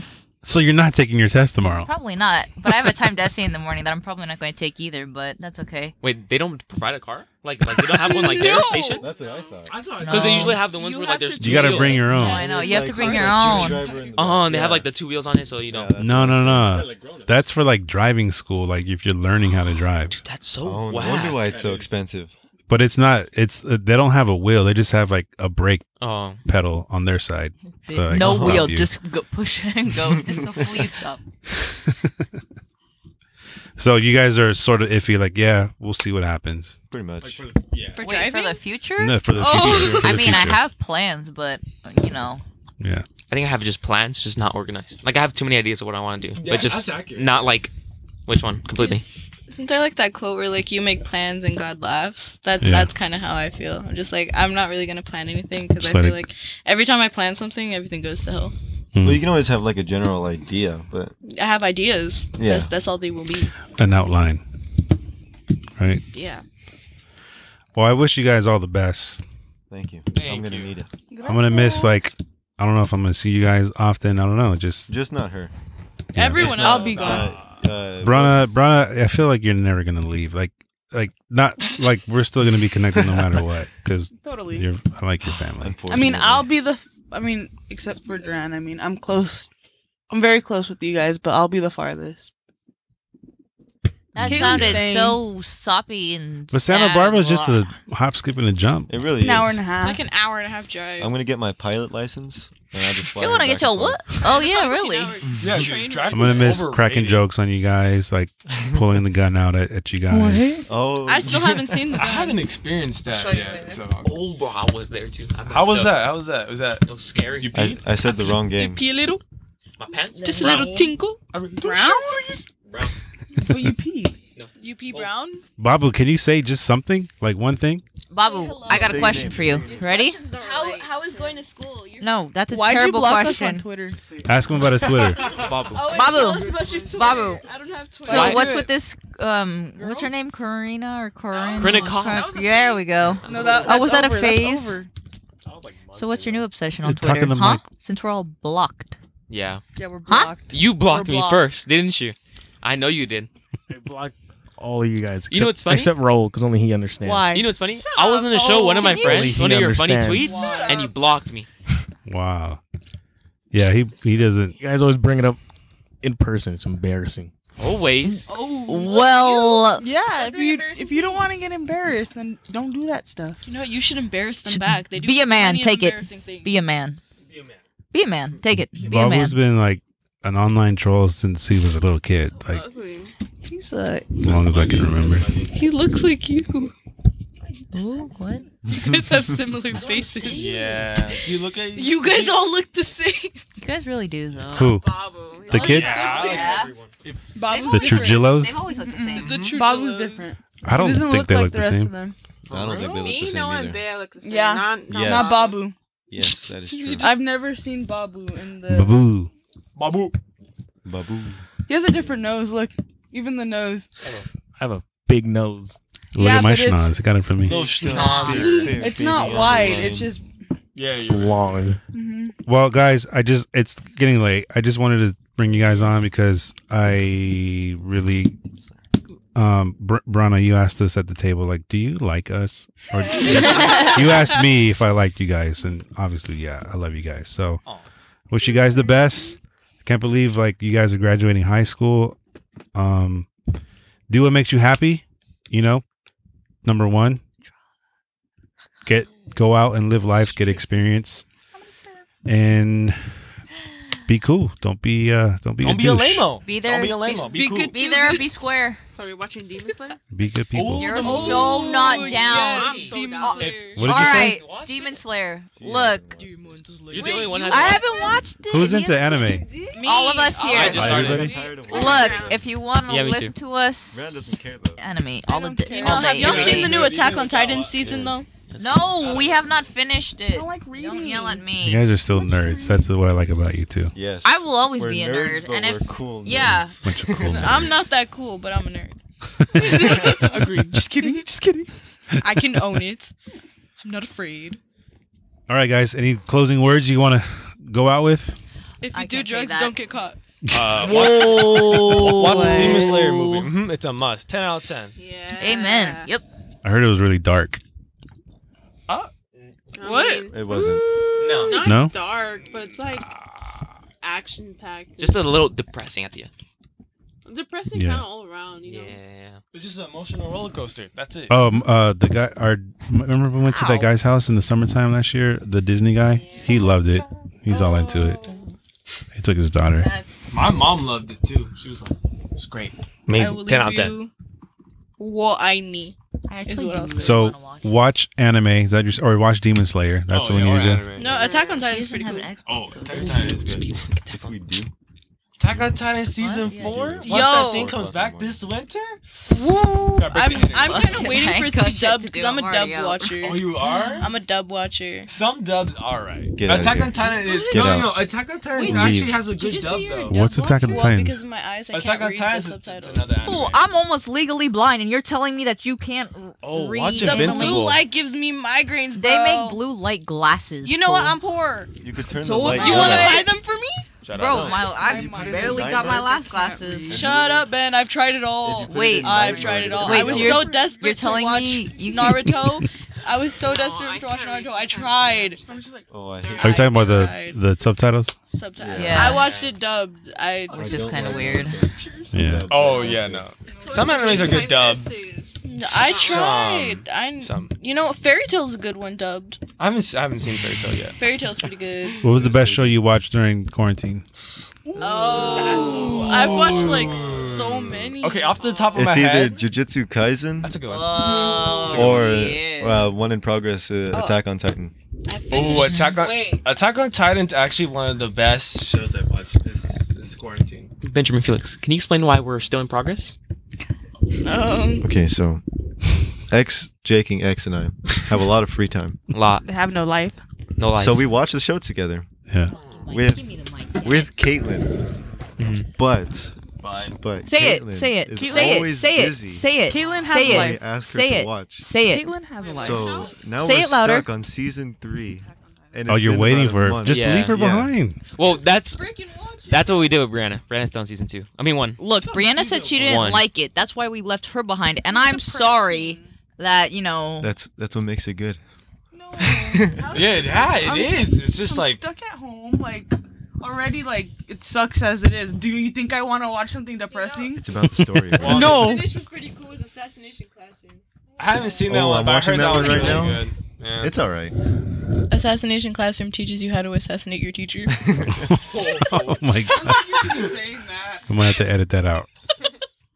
Speaker 2: so you're not taking your test tomorrow.
Speaker 6: probably not. But I have a time destiny in the morning that I'm probably not going to take either. But that's okay.
Speaker 8: Wait, they don't provide a car? Like, like they don't have one like their
Speaker 5: No.
Speaker 8: station?
Speaker 4: That's what I thought.
Speaker 8: Because they
Speaker 6: No.
Speaker 8: usually have the ones
Speaker 5: You
Speaker 8: where like
Speaker 5: have
Speaker 8: there's
Speaker 5: to
Speaker 8: two
Speaker 2: You gotta
Speaker 8: wheels.
Speaker 2: bring your own.
Speaker 6: I know, you have to bring your own.
Speaker 8: Oh, and they have like the two wheels on it, so you know.
Speaker 2: No, no, no. That's for like driving school, like if you're learning how to drive.
Speaker 8: That's so
Speaker 4: Oh, no
Speaker 8: whack.
Speaker 4: wonder why it's so expensive.
Speaker 2: But it's not. It's uh, they don't have a wheel. They just have like a brake
Speaker 8: Oh,
Speaker 2: pedal on their side. So I
Speaker 6: no
Speaker 2: can
Speaker 6: wheel,
Speaker 2: stop you.
Speaker 6: just go push and go. Just will fool you up.
Speaker 2: So you guys are sort of iffy. Like, yeah, we'll see what happens
Speaker 4: Pretty much.
Speaker 5: for
Speaker 6: Wait
Speaker 5: driving.
Speaker 6: for the future.
Speaker 2: no, for the future. for
Speaker 6: Mm-hmm. Oh, I
Speaker 2: the
Speaker 6: mean, I
Speaker 2: future.
Speaker 6: have plans, but you know,
Speaker 2: Yeah,
Speaker 8: I think I have just plans, just not organized. Like I have too many ideas of what I want to do,
Speaker 3: Yeah,
Speaker 8: but just
Speaker 3: that's accurate.
Speaker 8: not like which one completely.
Speaker 5: Isn't there like that quote where like you make plans and God laughs? That
Speaker 2: Yeah.
Speaker 5: that's kind of how I feel. I'm just like I'm not really gonna plan anything because
Speaker 2: Just
Speaker 5: I
Speaker 2: let
Speaker 5: feel
Speaker 2: it-
Speaker 5: like every time I plan something, everything goes to hell.
Speaker 4: Well, you can always have like a general idea, but
Speaker 5: I have ideas.
Speaker 4: Yeah.
Speaker 5: That's that's all they will be.
Speaker 2: an outline. Right.
Speaker 5: Yeah.
Speaker 2: Well, I wish you guys all the best.
Speaker 4: Thank you. I'm
Speaker 3: Thank
Speaker 4: gonna
Speaker 3: you.
Speaker 4: need it.
Speaker 2: I'm gonna miss like I don't know if I'm gonna see you guys often. I don't know. Just
Speaker 4: Just not her.
Speaker 2: Yeah.
Speaker 5: Everyone
Speaker 9: I'll
Speaker 5: else.
Speaker 9: be gone.
Speaker 4: Uh, uh,
Speaker 2: Brana, Brana, I feel like you're never gonna leave. Like, like not like we're still gonna be connected no matter what because
Speaker 9: Totally.
Speaker 2: you're I like your family.
Speaker 9: I mean,
Speaker 4: unfortunately.
Speaker 9: I'll be the. f- I mean, except for Duran. I mean, I'm close. I'm very close with you guys, but I'll be the farthest.
Speaker 6: That
Speaker 9: Caitlin's
Speaker 6: sounded
Speaker 9: staying.
Speaker 6: so soppy and.
Speaker 2: But Santa
Speaker 6: sad.
Speaker 2: Barbara's just a hop, skip, and a jump.
Speaker 4: It really is.
Speaker 9: An hour and a
Speaker 5: It's
Speaker 9: half.
Speaker 5: like an hour and a half drive.
Speaker 4: I'm gonna get my pilot license, and I just fly.
Speaker 6: You wanna
Speaker 4: back
Speaker 6: get your
Speaker 4: and forth.
Speaker 6: what? Oh yeah,
Speaker 5: How much an
Speaker 6: really.
Speaker 5: hour?
Speaker 3: Yeah, dude,
Speaker 5: Train
Speaker 3: drive-
Speaker 2: I'm gonna miss
Speaker 3: Overrated.
Speaker 2: cracking jokes on you guys, like pulling the gun out at, at you guys.
Speaker 4: Oh,
Speaker 5: I still haven't seen the
Speaker 3: I
Speaker 5: gun.
Speaker 3: haven't experienced
Speaker 6: Show
Speaker 3: that
Speaker 6: you
Speaker 3: yet.
Speaker 6: later.
Speaker 3: So.
Speaker 8: Oh, bro, I was there too. I
Speaker 3: How was
Speaker 8: fucked
Speaker 3: that?
Speaker 8: up.
Speaker 3: How was that? Was that?
Speaker 8: It was scary.
Speaker 3: You
Speaker 4: I, I said the wrong
Speaker 5: To
Speaker 4: game.
Speaker 5: pee a little,
Speaker 8: My pants?
Speaker 5: just a
Speaker 8: Brown.
Speaker 5: little tinkle.
Speaker 3: I mean,
Speaker 8: Brown.
Speaker 9: but you pee.
Speaker 5: You pee brown.
Speaker 2: Babu, can you say just something, like one thing?
Speaker 5: Say
Speaker 6: Babu,
Speaker 5: hello.
Speaker 6: I got
Speaker 4: Say
Speaker 6: a question
Speaker 4: name.
Speaker 6: for you. Ready?
Speaker 5: How how is going to school? You're
Speaker 6: No, that's a
Speaker 9: Why'd you
Speaker 6: terrible
Speaker 9: block us on
Speaker 6: question.
Speaker 9: Twitter?
Speaker 2: Ask him about his Twitter.
Speaker 8: Babu.
Speaker 5: Oh, wait,
Speaker 6: Babu.
Speaker 5: tell us about your Twitter.
Speaker 6: Babu.
Speaker 5: I don't have Twitter.
Speaker 6: So
Speaker 8: Why-
Speaker 6: what's with this? Um, what's her
Speaker 9: Girl?
Speaker 6: name? Karina or Corinne?
Speaker 8: Karina
Speaker 6: Cor-
Speaker 8: Koch. That
Speaker 9: was a
Speaker 6: Yeah, there we go.
Speaker 9: No, that,
Speaker 6: Oh, was
Speaker 9: that's
Speaker 6: that a
Speaker 9: over. That's
Speaker 6: phase?
Speaker 9: over.
Speaker 6: So what's your new obsession on
Speaker 2: You're talking
Speaker 6: Twitter,
Speaker 2: to
Speaker 6: huh?
Speaker 2: Mike.
Speaker 6: Since we're all blocked.
Speaker 8: Yeah.
Speaker 9: Yeah, we're
Speaker 6: Huh?
Speaker 9: blocked.
Speaker 8: You blocked
Speaker 9: We're
Speaker 8: me
Speaker 9: blocked.
Speaker 8: first, didn't you? I know you did.
Speaker 10: I blocked all of you guys.
Speaker 8: You
Speaker 10: except-
Speaker 8: know what's funny?
Speaker 10: Except Roll, because only he understands.
Speaker 9: Why?
Speaker 8: You know what's funny? I was in a show, one of my
Speaker 6: Can you-
Speaker 8: friends,
Speaker 10: He
Speaker 8: one of your funny
Speaker 10: understands.
Speaker 8: tweets, and you blocked me.
Speaker 2: Wow. Yeah, he he doesn't.
Speaker 10: You guys always bring it up in person. It's embarrassing.
Speaker 8: Always.
Speaker 5: Oh.
Speaker 6: Well,
Speaker 9: yeah, if
Speaker 5: very
Speaker 9: you
Speaker 5: embarrassing
Speaker 9: if you don't want to get embarrassed, then don't do that stuff.
Speaker 5: You know, you should embarrass them
Speaker 6: Should
Speaker 5: back. They do
Speaker 6: be a man,
Speaker 5: plenty of
Speaker 6: take it.
Speaker 5: embarrassing Things.
Speaker 6: be a man. Be a man. Take it. Be a man.
Speaker 2: Babu's been like an online troll since he was a little kid, like
Speaker 7: Ugly.
Speaker 9: He's uh, like,
Speaker 2: as long as I can remember.
Speaker 1: He looks like you. You
Speaker 6: Ooh, what?
Speaker 1: guys have similar faces.
Speaker 3: Yeah. You look at
Speaker 5: You guys all look the same.
Speaker 6: You guys really do though.
Speaker 2: Who? The kids?
Speaker 9: Babu's
Speaker 2: The
Speaker 9: different.
Speaker 2: Trujillos?
Speaker 6: They've always looked the same.
Speaker 1: The true
Speaker 9: Babu's
Speaker 1: Jellos.
Speaker 9: different.
Speaker 2: I don't
Speaker 9: He doesn't
Speaker 2: think they
Speaker 9: like
Speaker 2: look the,
Speaker 9: rest
Speaker 2: same.
Speaker 9: of them.
Speaker 4: I don't think they look the
Speaker 7: Nino
Speaker 4: same
Speaker 7: and
Speaker 4: either.
Speaker 7: Bea look the same.
Speaker 9: Yeah.
Speaker 7: Not, not
Speaker 4: Yes.
Speaker 9: Not Babu.
Speaker 4: Yes, that is true.
Speaker 9: I've never seen Babu in the.
Speaker 2: Babu.
Speaker 3: Babu.
Speaker 4: Babu.
Speaker 9: He has a different nose. Look, even the nose.
Speaker 10: I have a big nose.
Speaker 2: Look
Speaker 9: Yeah,
Speaker 2: at my
Speaker 9: but it's-
Speaker 2: schnoz. It got it from me.
Speaker 3: Little still.
Speaker 9: It's not wide. It's just.
Speaker 3: Yeah, you're right.
Speaker 10: Long.
Speaker 9: mhm.
Speaker 2: Well, guys, I just it's getting late. I just wanted to bring you guys on because I really um Br- Brana, you asked us at the table like, "Do you like us?" Or you asked me if I liked you guys and obviously, yeah, I love you guys. So,
Speaker 3: Aw.
Speaker 2: wish you guys the best. Can't believe like you guys are graduating high school. Um do what makes you happy, you know? Number 1. Get go out and live life, get experience and be cool. Don't be uh don't be
Speaker 3: Don't
Speaker 2: a
Speaker 3: be a
Speaker 2: douche.
Speaker 3: lame
Speaker 6: Be there.
Speaker 3: Don't be a lame Be cool.
Speaker 6: Be there. Be square.
Speaker 7: So we're watching Demon Slayer?
Speaker 2: Be good people.
Speaker 3: Oh,
Speaker 6: You're
Speaker 3: the
Speaker 6: so
Speaker 3: movie.
Speaker 6: not
Speaker 1: Oh,
Speaker 6: down. Uh,
Speaker 1: yes.
Speaker 7: I'm so
Speaker 1: Demon
Speaker 7: down.
Speaker 1: Slayer.
Speaker 2: what did
Speaker 6: All
Speaker 2: you say?
Speaker 6: right, Demon Slayer. Look,
Speaker 8: You're the only one.
Speaker 6: I haven't watched it.
Speaker 2: Who's into anime?
Speaker 5: Me.
Speaker 6: All of us here.
Speaker 8: I just started.
Speaker 2: Everybody?
Speaker 6: Look, if you want to
Speaker 8: Yeah, me too.
Speaker 6: listen to us,
Speaker 4: Brand doesn't care though.
Speaker 6: anime
Speaker 9: I
Speaker 6: all the
Speaker 9: don't
Speaker 6: day.
Speaker 9: care.
Speaker 5: You
Speaker 9: You
Speaker 5: know,
Speaker 6: all
Speaker 5: have
Speaker 6: day.
Speaker 5: y'all
Speaker 3: Yeah.
Speaker 5: seen the new
Speaker 3: Yeah.
Speaker 5: Attack on Titan
Speaker 3: Yeah.
Speaker 5: season though?
Speaker 6: No, we have not finished
Speaker 9: I
Speaker 6: it.
Speaker 9: don't like reading.
Speaker 6: Don't yell at
Speaker 2: You
Speaker 6: me.
Speaker 2: guys are still nerds. That's what I like about you too.
Speaker 4: Yes.
Speaker 6: I will always
Speaker 4: We're
Speaker 6: be a
Speaker 4: nerds,
Speaker 6: nerd,
Speaker 4: but
Speaker 6: and
Speaker 4: we're
Speaker 6: if
Speaker 4: cool.
Speaker 6: yeah.
Speaker 4: nerds.
Speaker 2: Bunch of cool.
Speaker 5: I'm not that cool, but I'm a nerd.
Speaker 9: Agreed. Just kidding. Just kidding.
Speaker 5: I can own it. I'm not afraid.
Speaker 2: All right, guys. Any closing words you want to go out with?
Speaker 5: If you
Speaker 6: I
Speaker 5: do
Speaker 6: can't say
Speaker 5: drugs,
Speaker 6: that.
Speaker 5: don't get caught.
Speaker 3: Uh,
Speaker 5: Whoa!
Speaker 3: watch the Demon Slayer movie. Mhm, It's a must. Ten out of ten.
Speaker 7: Yeah.
Speaker 6: Amen. Yep.
Speaker 2: I heard it was really dark.
Speaker 7: I
Speaker 5: What?
Speaker 7: mean,
Speaker 4: It wasn't.
Speaker 8: No.
Speaker 7: Not
Speaker 2: No?
Speaker 7: dark, but it's like action packed.
Speaker 8: Just a little depressing at the end.
Speaker 7: depressing
Speaker 2: Yeah.
Speaker 7: kind of all around, you know?
Speaker 8: Yeah.
Speaker 3: It's just an emotional roller coaster. That's it.
Speaker 2: Um, uh, the guy. Our remember we went to that
Speaker 6: Ow.
Speaker 2: guy's house in the summertime last year. The Disney guy. He loved it. He's all into it. He took his daughter.
Speaker 3: My mom loved it too. She was like, "It's great."
Speaker 5: I will
Speaker 8: Amazing. Ten out of
Speaker 5: leave
Speaker 8: ten.
Speaker 5: you what I need.
Speaker 6: I
Speaker 5: Is
Speaker 6: actually
Speaker 5: what
Speaker 6: do
Speaker 5: I'll say.
Speaker 6: really
Speaker 2: So
Speaker 6: wanna watch. it.
Speaker 2: watch anime. Is that your, or watch Demon Slayer. That's what
Speaker 3: Oh, yeah,
Speaker 2: we need
Speaker 3: or
Speaker 2: to do.
Speaker 3: anime.
Speaker 5: No, Attack on
Speaker 6: She
Speaker 5: Titan is
Speaker 4: Oh,
Speaker 6: doesn't
Speaker 5: pretty
Speaker 6: have
Speaker 5: cool.
Speaker 6: an Xbox,
Speaker 3: Oh,
Speaker 6: so-
Speaker 3: Attack on Titan is good.
Speaker 4: If we do,
Speaker 3: Attack on Titan season four. Once
Speaker 5: Yo.
Speaker 3: that thing comes back this winter, woo!
Speaker 5: I'm I'm kind of waiting
Speaker 6: I
Speaker 5: for it
Speaker 6: ain't
Speaker 5: to
Speaker 6: got
Speaker 5: be
Speaker 6: shit
Speaker 5: dubbed
Speaker 6: to
Speaker 5: because
Speaker 6: do.
Speaker 5: I'm a
Speaker 6: I'm
Speaker 5: dub
Speaker 6: already out.
Speaker 5: watcher.
Speaker 3: Oh, you are.
Speaker 5: I'm a dub watcher.
Speaker 3: Some dubs are right.
Speaker 4: Get out of
Speaker 3: Attack
Speaker 4: here.
Speaker 3: on Titan is
Speaker 4: Get
Speaker 3: no,
Speaker 4: out.
Speaker 3: no. Attack on Titan
Speaker 4: Wait,
Speaker 3: actually
Speaker 4: leave.
Speaker 3: has a good
Speaker 6: you
Speaker 3: dub
Speaker 6: say you're a
Speaker 3: though.
Speaker 6: dub
Speaker 2: What's Attack on Titan?
Speaker 6: watcher?
Speaker 5: Well,
Speaker 2: Titans.
Speaker 5: because of my eyes, I
Speaker 3: Attack
Speaker 5: can't
Speaker 3: on
Speaker 5: read the
Speaker 3: Titan is it's
Speaker 5: subtitles.
Speaker 3: another anime.
Speaker 6: Fool, I'm almost legally blind, and you're telling me that you can't r-
Speaker 3: Oh,
Speaker 6: read.
Speaker 3: watch
Speaker 5: The
Speaker 4: Invincible.
Speaker 5: blue light gives me migraines, bro.
Speaker 6: They make blue light glasses.
Speaker 5: You know what?
Speaker 6: fool.
Speaker 5: I'm poor.
Speaker 4: You could turn
Speaker 5: So
Speaker 4: the
Speaker 5: what-
Speaker 4: light
Speaker 5: you want to
Speaker 4: yellow.
Speaker 5: buy them for me?
Speaker 8: Shut
Speaker 6: Bro,
Speaker 8: up.
Speaker 6: my,
Speaker 3: Oh,
Speaker 4: Did you put
Speaker 6: I
Speaker 4: it in
Speaker 6: barely
Speaker 4: the
Speaker 6: got my
Speaker 4: Steinberg?
Speaker 6: last glasses.
Speaker 5: Shut up, Ben. I've tried it
Speaker 4: Did
Speaker 5: all.
Speaker 4: you put
Speaker 6: Wait.
Speaker 4: in the
Speaker 5: I've
Speaker 4: light
Speaker 5: tried
Speaker 4: or
Speaker 5: it
Speaker 4: did
Speaker 5: all.
Speaker 6: Wait,
Speaker 5: I was
Speaker 6: so you're-
Speaker 5: so
Speaker 6: you're
Speaker 5: desperate
Speaker 6: telling
Speaker 5: to watch
Speaker 6: me you can-
Speaker 5: Naruto. I was so
Speaker 7: No,
Speaker 5: desperate
Speaker 7: I
Speaker 5: to watch
Speaker 7: can't read
Speaker 5: Naruto. I
Speaker 7: sometimes.
Speaker 5: tried.
Speaker 7: Sometimes I'm just like,
Speaker 4: Oh, I
Speaker 7: staring.
Speaker 2: Are you talking about the
Speaker 5: Tried.
Speaker 2: the subtitles?
Speaker 5: Subtitles.
Speaker 6: Yeah.
Speaker 5: I watched it dubbed. I
Speaker 4: I
Speaker 6: Which is
Speaker 4: don't
Speaker 6: kinda
Speaker 4: like
Speaker 6: weird.
Speaker 4: that.
Speaker 2: Yeah.
Speaker 3: Oh yeah, no. Some animes are good dub.
Speaker 5: I
Speaker 3: Some.
Speaker 5: tried. I
Speaker 3: Some.
Speaker 5: you know Fairy Tale's a good one dubbed.
Speaker 3: I haven't I haven't seen Fairy Tail yet.
Speaker 5: Fairy Tale's pretty good.
Speaker 2: What was the best show you watched during quarantine?
Speaker 5: Oh, I've watched like so many.
Speaker 3: Okay, off the top of
Speaker 4: It's
Speaker 3: my
Speaker 4: either
Speaker 3: head,
Speaker 4: Jujutsu Kaisen
Speaker 3: that's a good one.
Speaker 6: Oh,
Speaker 4: or
Speaker 6: yeah.
Speaker 4: uh, one in progress, uh,
Speaker 5: Oh.
Speaker 4: Attack on Titan.
Speaker 5: I finished.
Speaker 3: Oh, Attack on
Speaker 7: Wait.
Speaker 3: Attack on Titan's actually one of the best shows I've watched this this quarantine.
Speaker 8: Benjamin Felix, can you explain why we're still in progress?
Speaker 5: Um,
Speaker 4: Okay, so X, Jake, and X and I have a lot of free time.
Speaker 8: A lot.
Speaker 9: They have no life.
Speaker 8: No lie.
Speaker 4: So we watch the show together
Speaker 2: Yeah.
Speaker 4: with
Speaker 6: Give me the mic, damn it.
Speaker 4: with Caitlin.
Speaker 2: Mm-hmm.
Speaker 8: Mhm.
Speaker 4: But
Speaker 3: But
Speaker 4: but
Speaker 6: Say
Speaker 4: Caitlin
Speaker 6: it, say it,
Speaker 4: is
Speaker 6: say it,
Speaker 4: always
Speaker 6: say it,
Speaker 4: busy.
Speaker 6: say it,
Speaker 9: Caitlyn has
Speaker 6: say
Speaker 4: when
Speaker 9: a
Speaker 6: it,
Speaker 4: we
Speaker 9: life.
Speaker 4: ask her
Speaker 6: say
Speaker 4: to
Speaker 6: it.
Speaker 4: watch.
Speaker 6: say it.
Speaker 9: Caitlyn has a life.
Speaker 4: So now
Speaker 6: Say
Speaker 4: we're
Speaker 6: it louder.
Speaker 4: stuck on season three. And
Speaker 2: oh,
Speaker 4: it's
Speaker 2: you're
Speaker 4: been
Speaker 2: waiting
Speaker 4: about a
Speaker 2: for her.
Speaker 4: month.
Speaker 2: Just
Speaker 8: Yeah.
Speaker 2: leave her
Speaker 4: Yeah.
Speaker 2: behind.
Speaker 8: well, that's
Speaker 5: freaking watch it.
Speaker 8: that's what we did with Brianna. Brianna's still on season two. I mean one.
Speaker 6: Look, Brianna said she didn't
Speaker 8: One.
Speaker 6: like it. That's why we left her behind, and I'm sorry that you know.
Speaker 4: That's that's what makes it good.
Speaker 9: No.
Speaker 3: yeah, yeah, it
Speaker 9: I'm
Speaker 3: is. It's just
Speaker 9: I'm
Speaker 3: like
Speaker 9: stuck at home, like already, like it sucks as it is. Do you think I want to watch something depressing?
Speaker 4: It's about the story. right?
Speaker 9: No.
Speaker 5: This was pretty cool. Was Assassination Classroom.
Speaker 3: I haven't seen that
Speaker 4: Oh,
Speaker 3: one.
Speaker 4: I'm
Speaker 3: but I
Speaker 4: watching
Speaker 3: heard
Speaker 4: that one
Speaker 3: one's
Speaker 4: right
Speaker 3: really
Speaker 4: now.
Speaker 3: good. Yeah.
Speaker 4: It's all right.
Speaker 5: Assassination Classroom teaches you how to assassinate your teacher.
Speaker 2: oh my god.
Speaker 9: You're saying that.
Speaker 2: I'm gonna have to edit that out.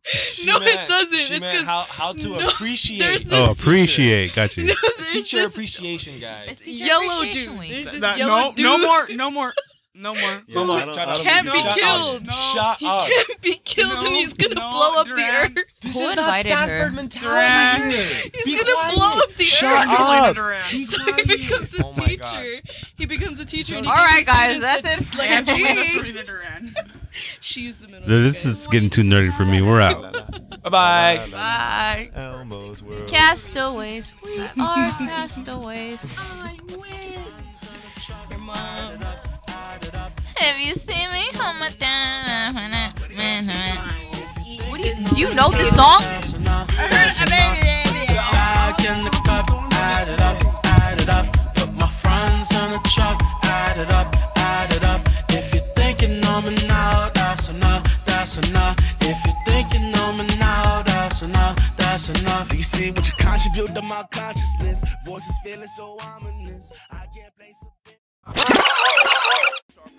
Speaker 3: She
Speaker 5: No, it
Speaker 3: meant-
Speaker 5: doesn't.
Speaker 3: She
Speaker 5: It's
Speaker 3: meant
Speaker 5: 'cause-
Speaker 3: how how to
Speaker 5: No,
Speaker 3: appreciate.
Speaker 5: there's this-
Speaker 2: Oh, appreciate. Got you.
Speaker 3: teacher appreciation guy.
Speaker 6: It's teacher
Speaker 5: yellow
Speaker 6: appreciation
Speaker 5: dude.
Speaker 6: week.
Speaker 5: There's this
Speaker 9: That-
Speaker 5: yellow
Speaker 9: no,
Speaker 5: dude.
Speaker 9: no more, no more, no more.
Speaker 4: Yeah, I don't- I don't
Speaker 5: Can't
Speaker 4: think
Speaker 5: be
Speaker 4: you should-
Speaker 5: killed.
Speaker 9: No.
Speaker 3: Shut
Speaker 5: He
Speaker 3: up.
Speaker 5: can't be killed,
Speaker 9: No,
Speaker 5: and he's gonna
Speaker 9: no,
Speaker 5: blow up
Speaker 9: Duran.
Speaker 5: the earth.
Speaker 3: This
Speaker 6: Who
Speaker 3: is not
Speaker 6: invited her?
Speaker 3: Stanford mentality.
Speaker 9: Duran.
Speaker 5: He's gonna blow up the
Speaker 3: Shut
Speaker 5: earth.
Speaker 9: Elena
Speaker 3: up.
Speaker 9: Duran.
Speaker 3: Be
Speaker 5: So he
Speaker 3: quiet.
Speaker 5: becomes a
Speaker 8: Oh my God.
Speaker 5: teacher. He becomes a teacher. And he
Speaker 6: All right,
Speaker 5: gives
Speaker 6: guys,
Speaker 5: students
Speaker 6: that's
Speaker 5: that-
Speaker 6: it. for
Speaker 5: like,
Speaker 9: Angelina
Speaker 5: Jake.
Speaker 9: Serena Duran.
Speaker 5: She used the middle.
Speaker 2: This is getting too nerdy for me. We're out.
Speaker 3: Bye bye.
Speaker 9: Bye.
Speaker 4: Elmo's world.
Speaker 6: Castaways, we are castaways.
Speaker 5: Your mom.
Speaker 6: Have you seen me home with that? What do you do? You know this song?
Speaker 5: I heard a baby.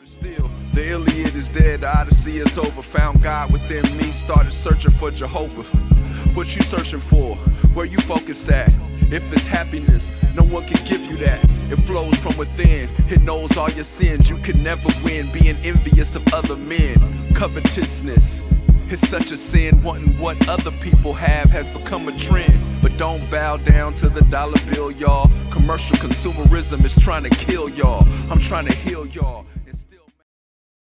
Speaker 11: Still, the Iliad is dead, the Odyssey is over. Found God within me, started searching for Jehovah. What you searching for? Where you focus at? If it's happiness, no one can give you that. It flows from within, it knows all your sins. You can never win being envious of other men. Covetousness, it's such a sin. Wanting what other people have has become a trend. But don't bow down to the dollar bill, y'all. Commercial consumerism is trying to kill y'all. I'm trying to heal y'all.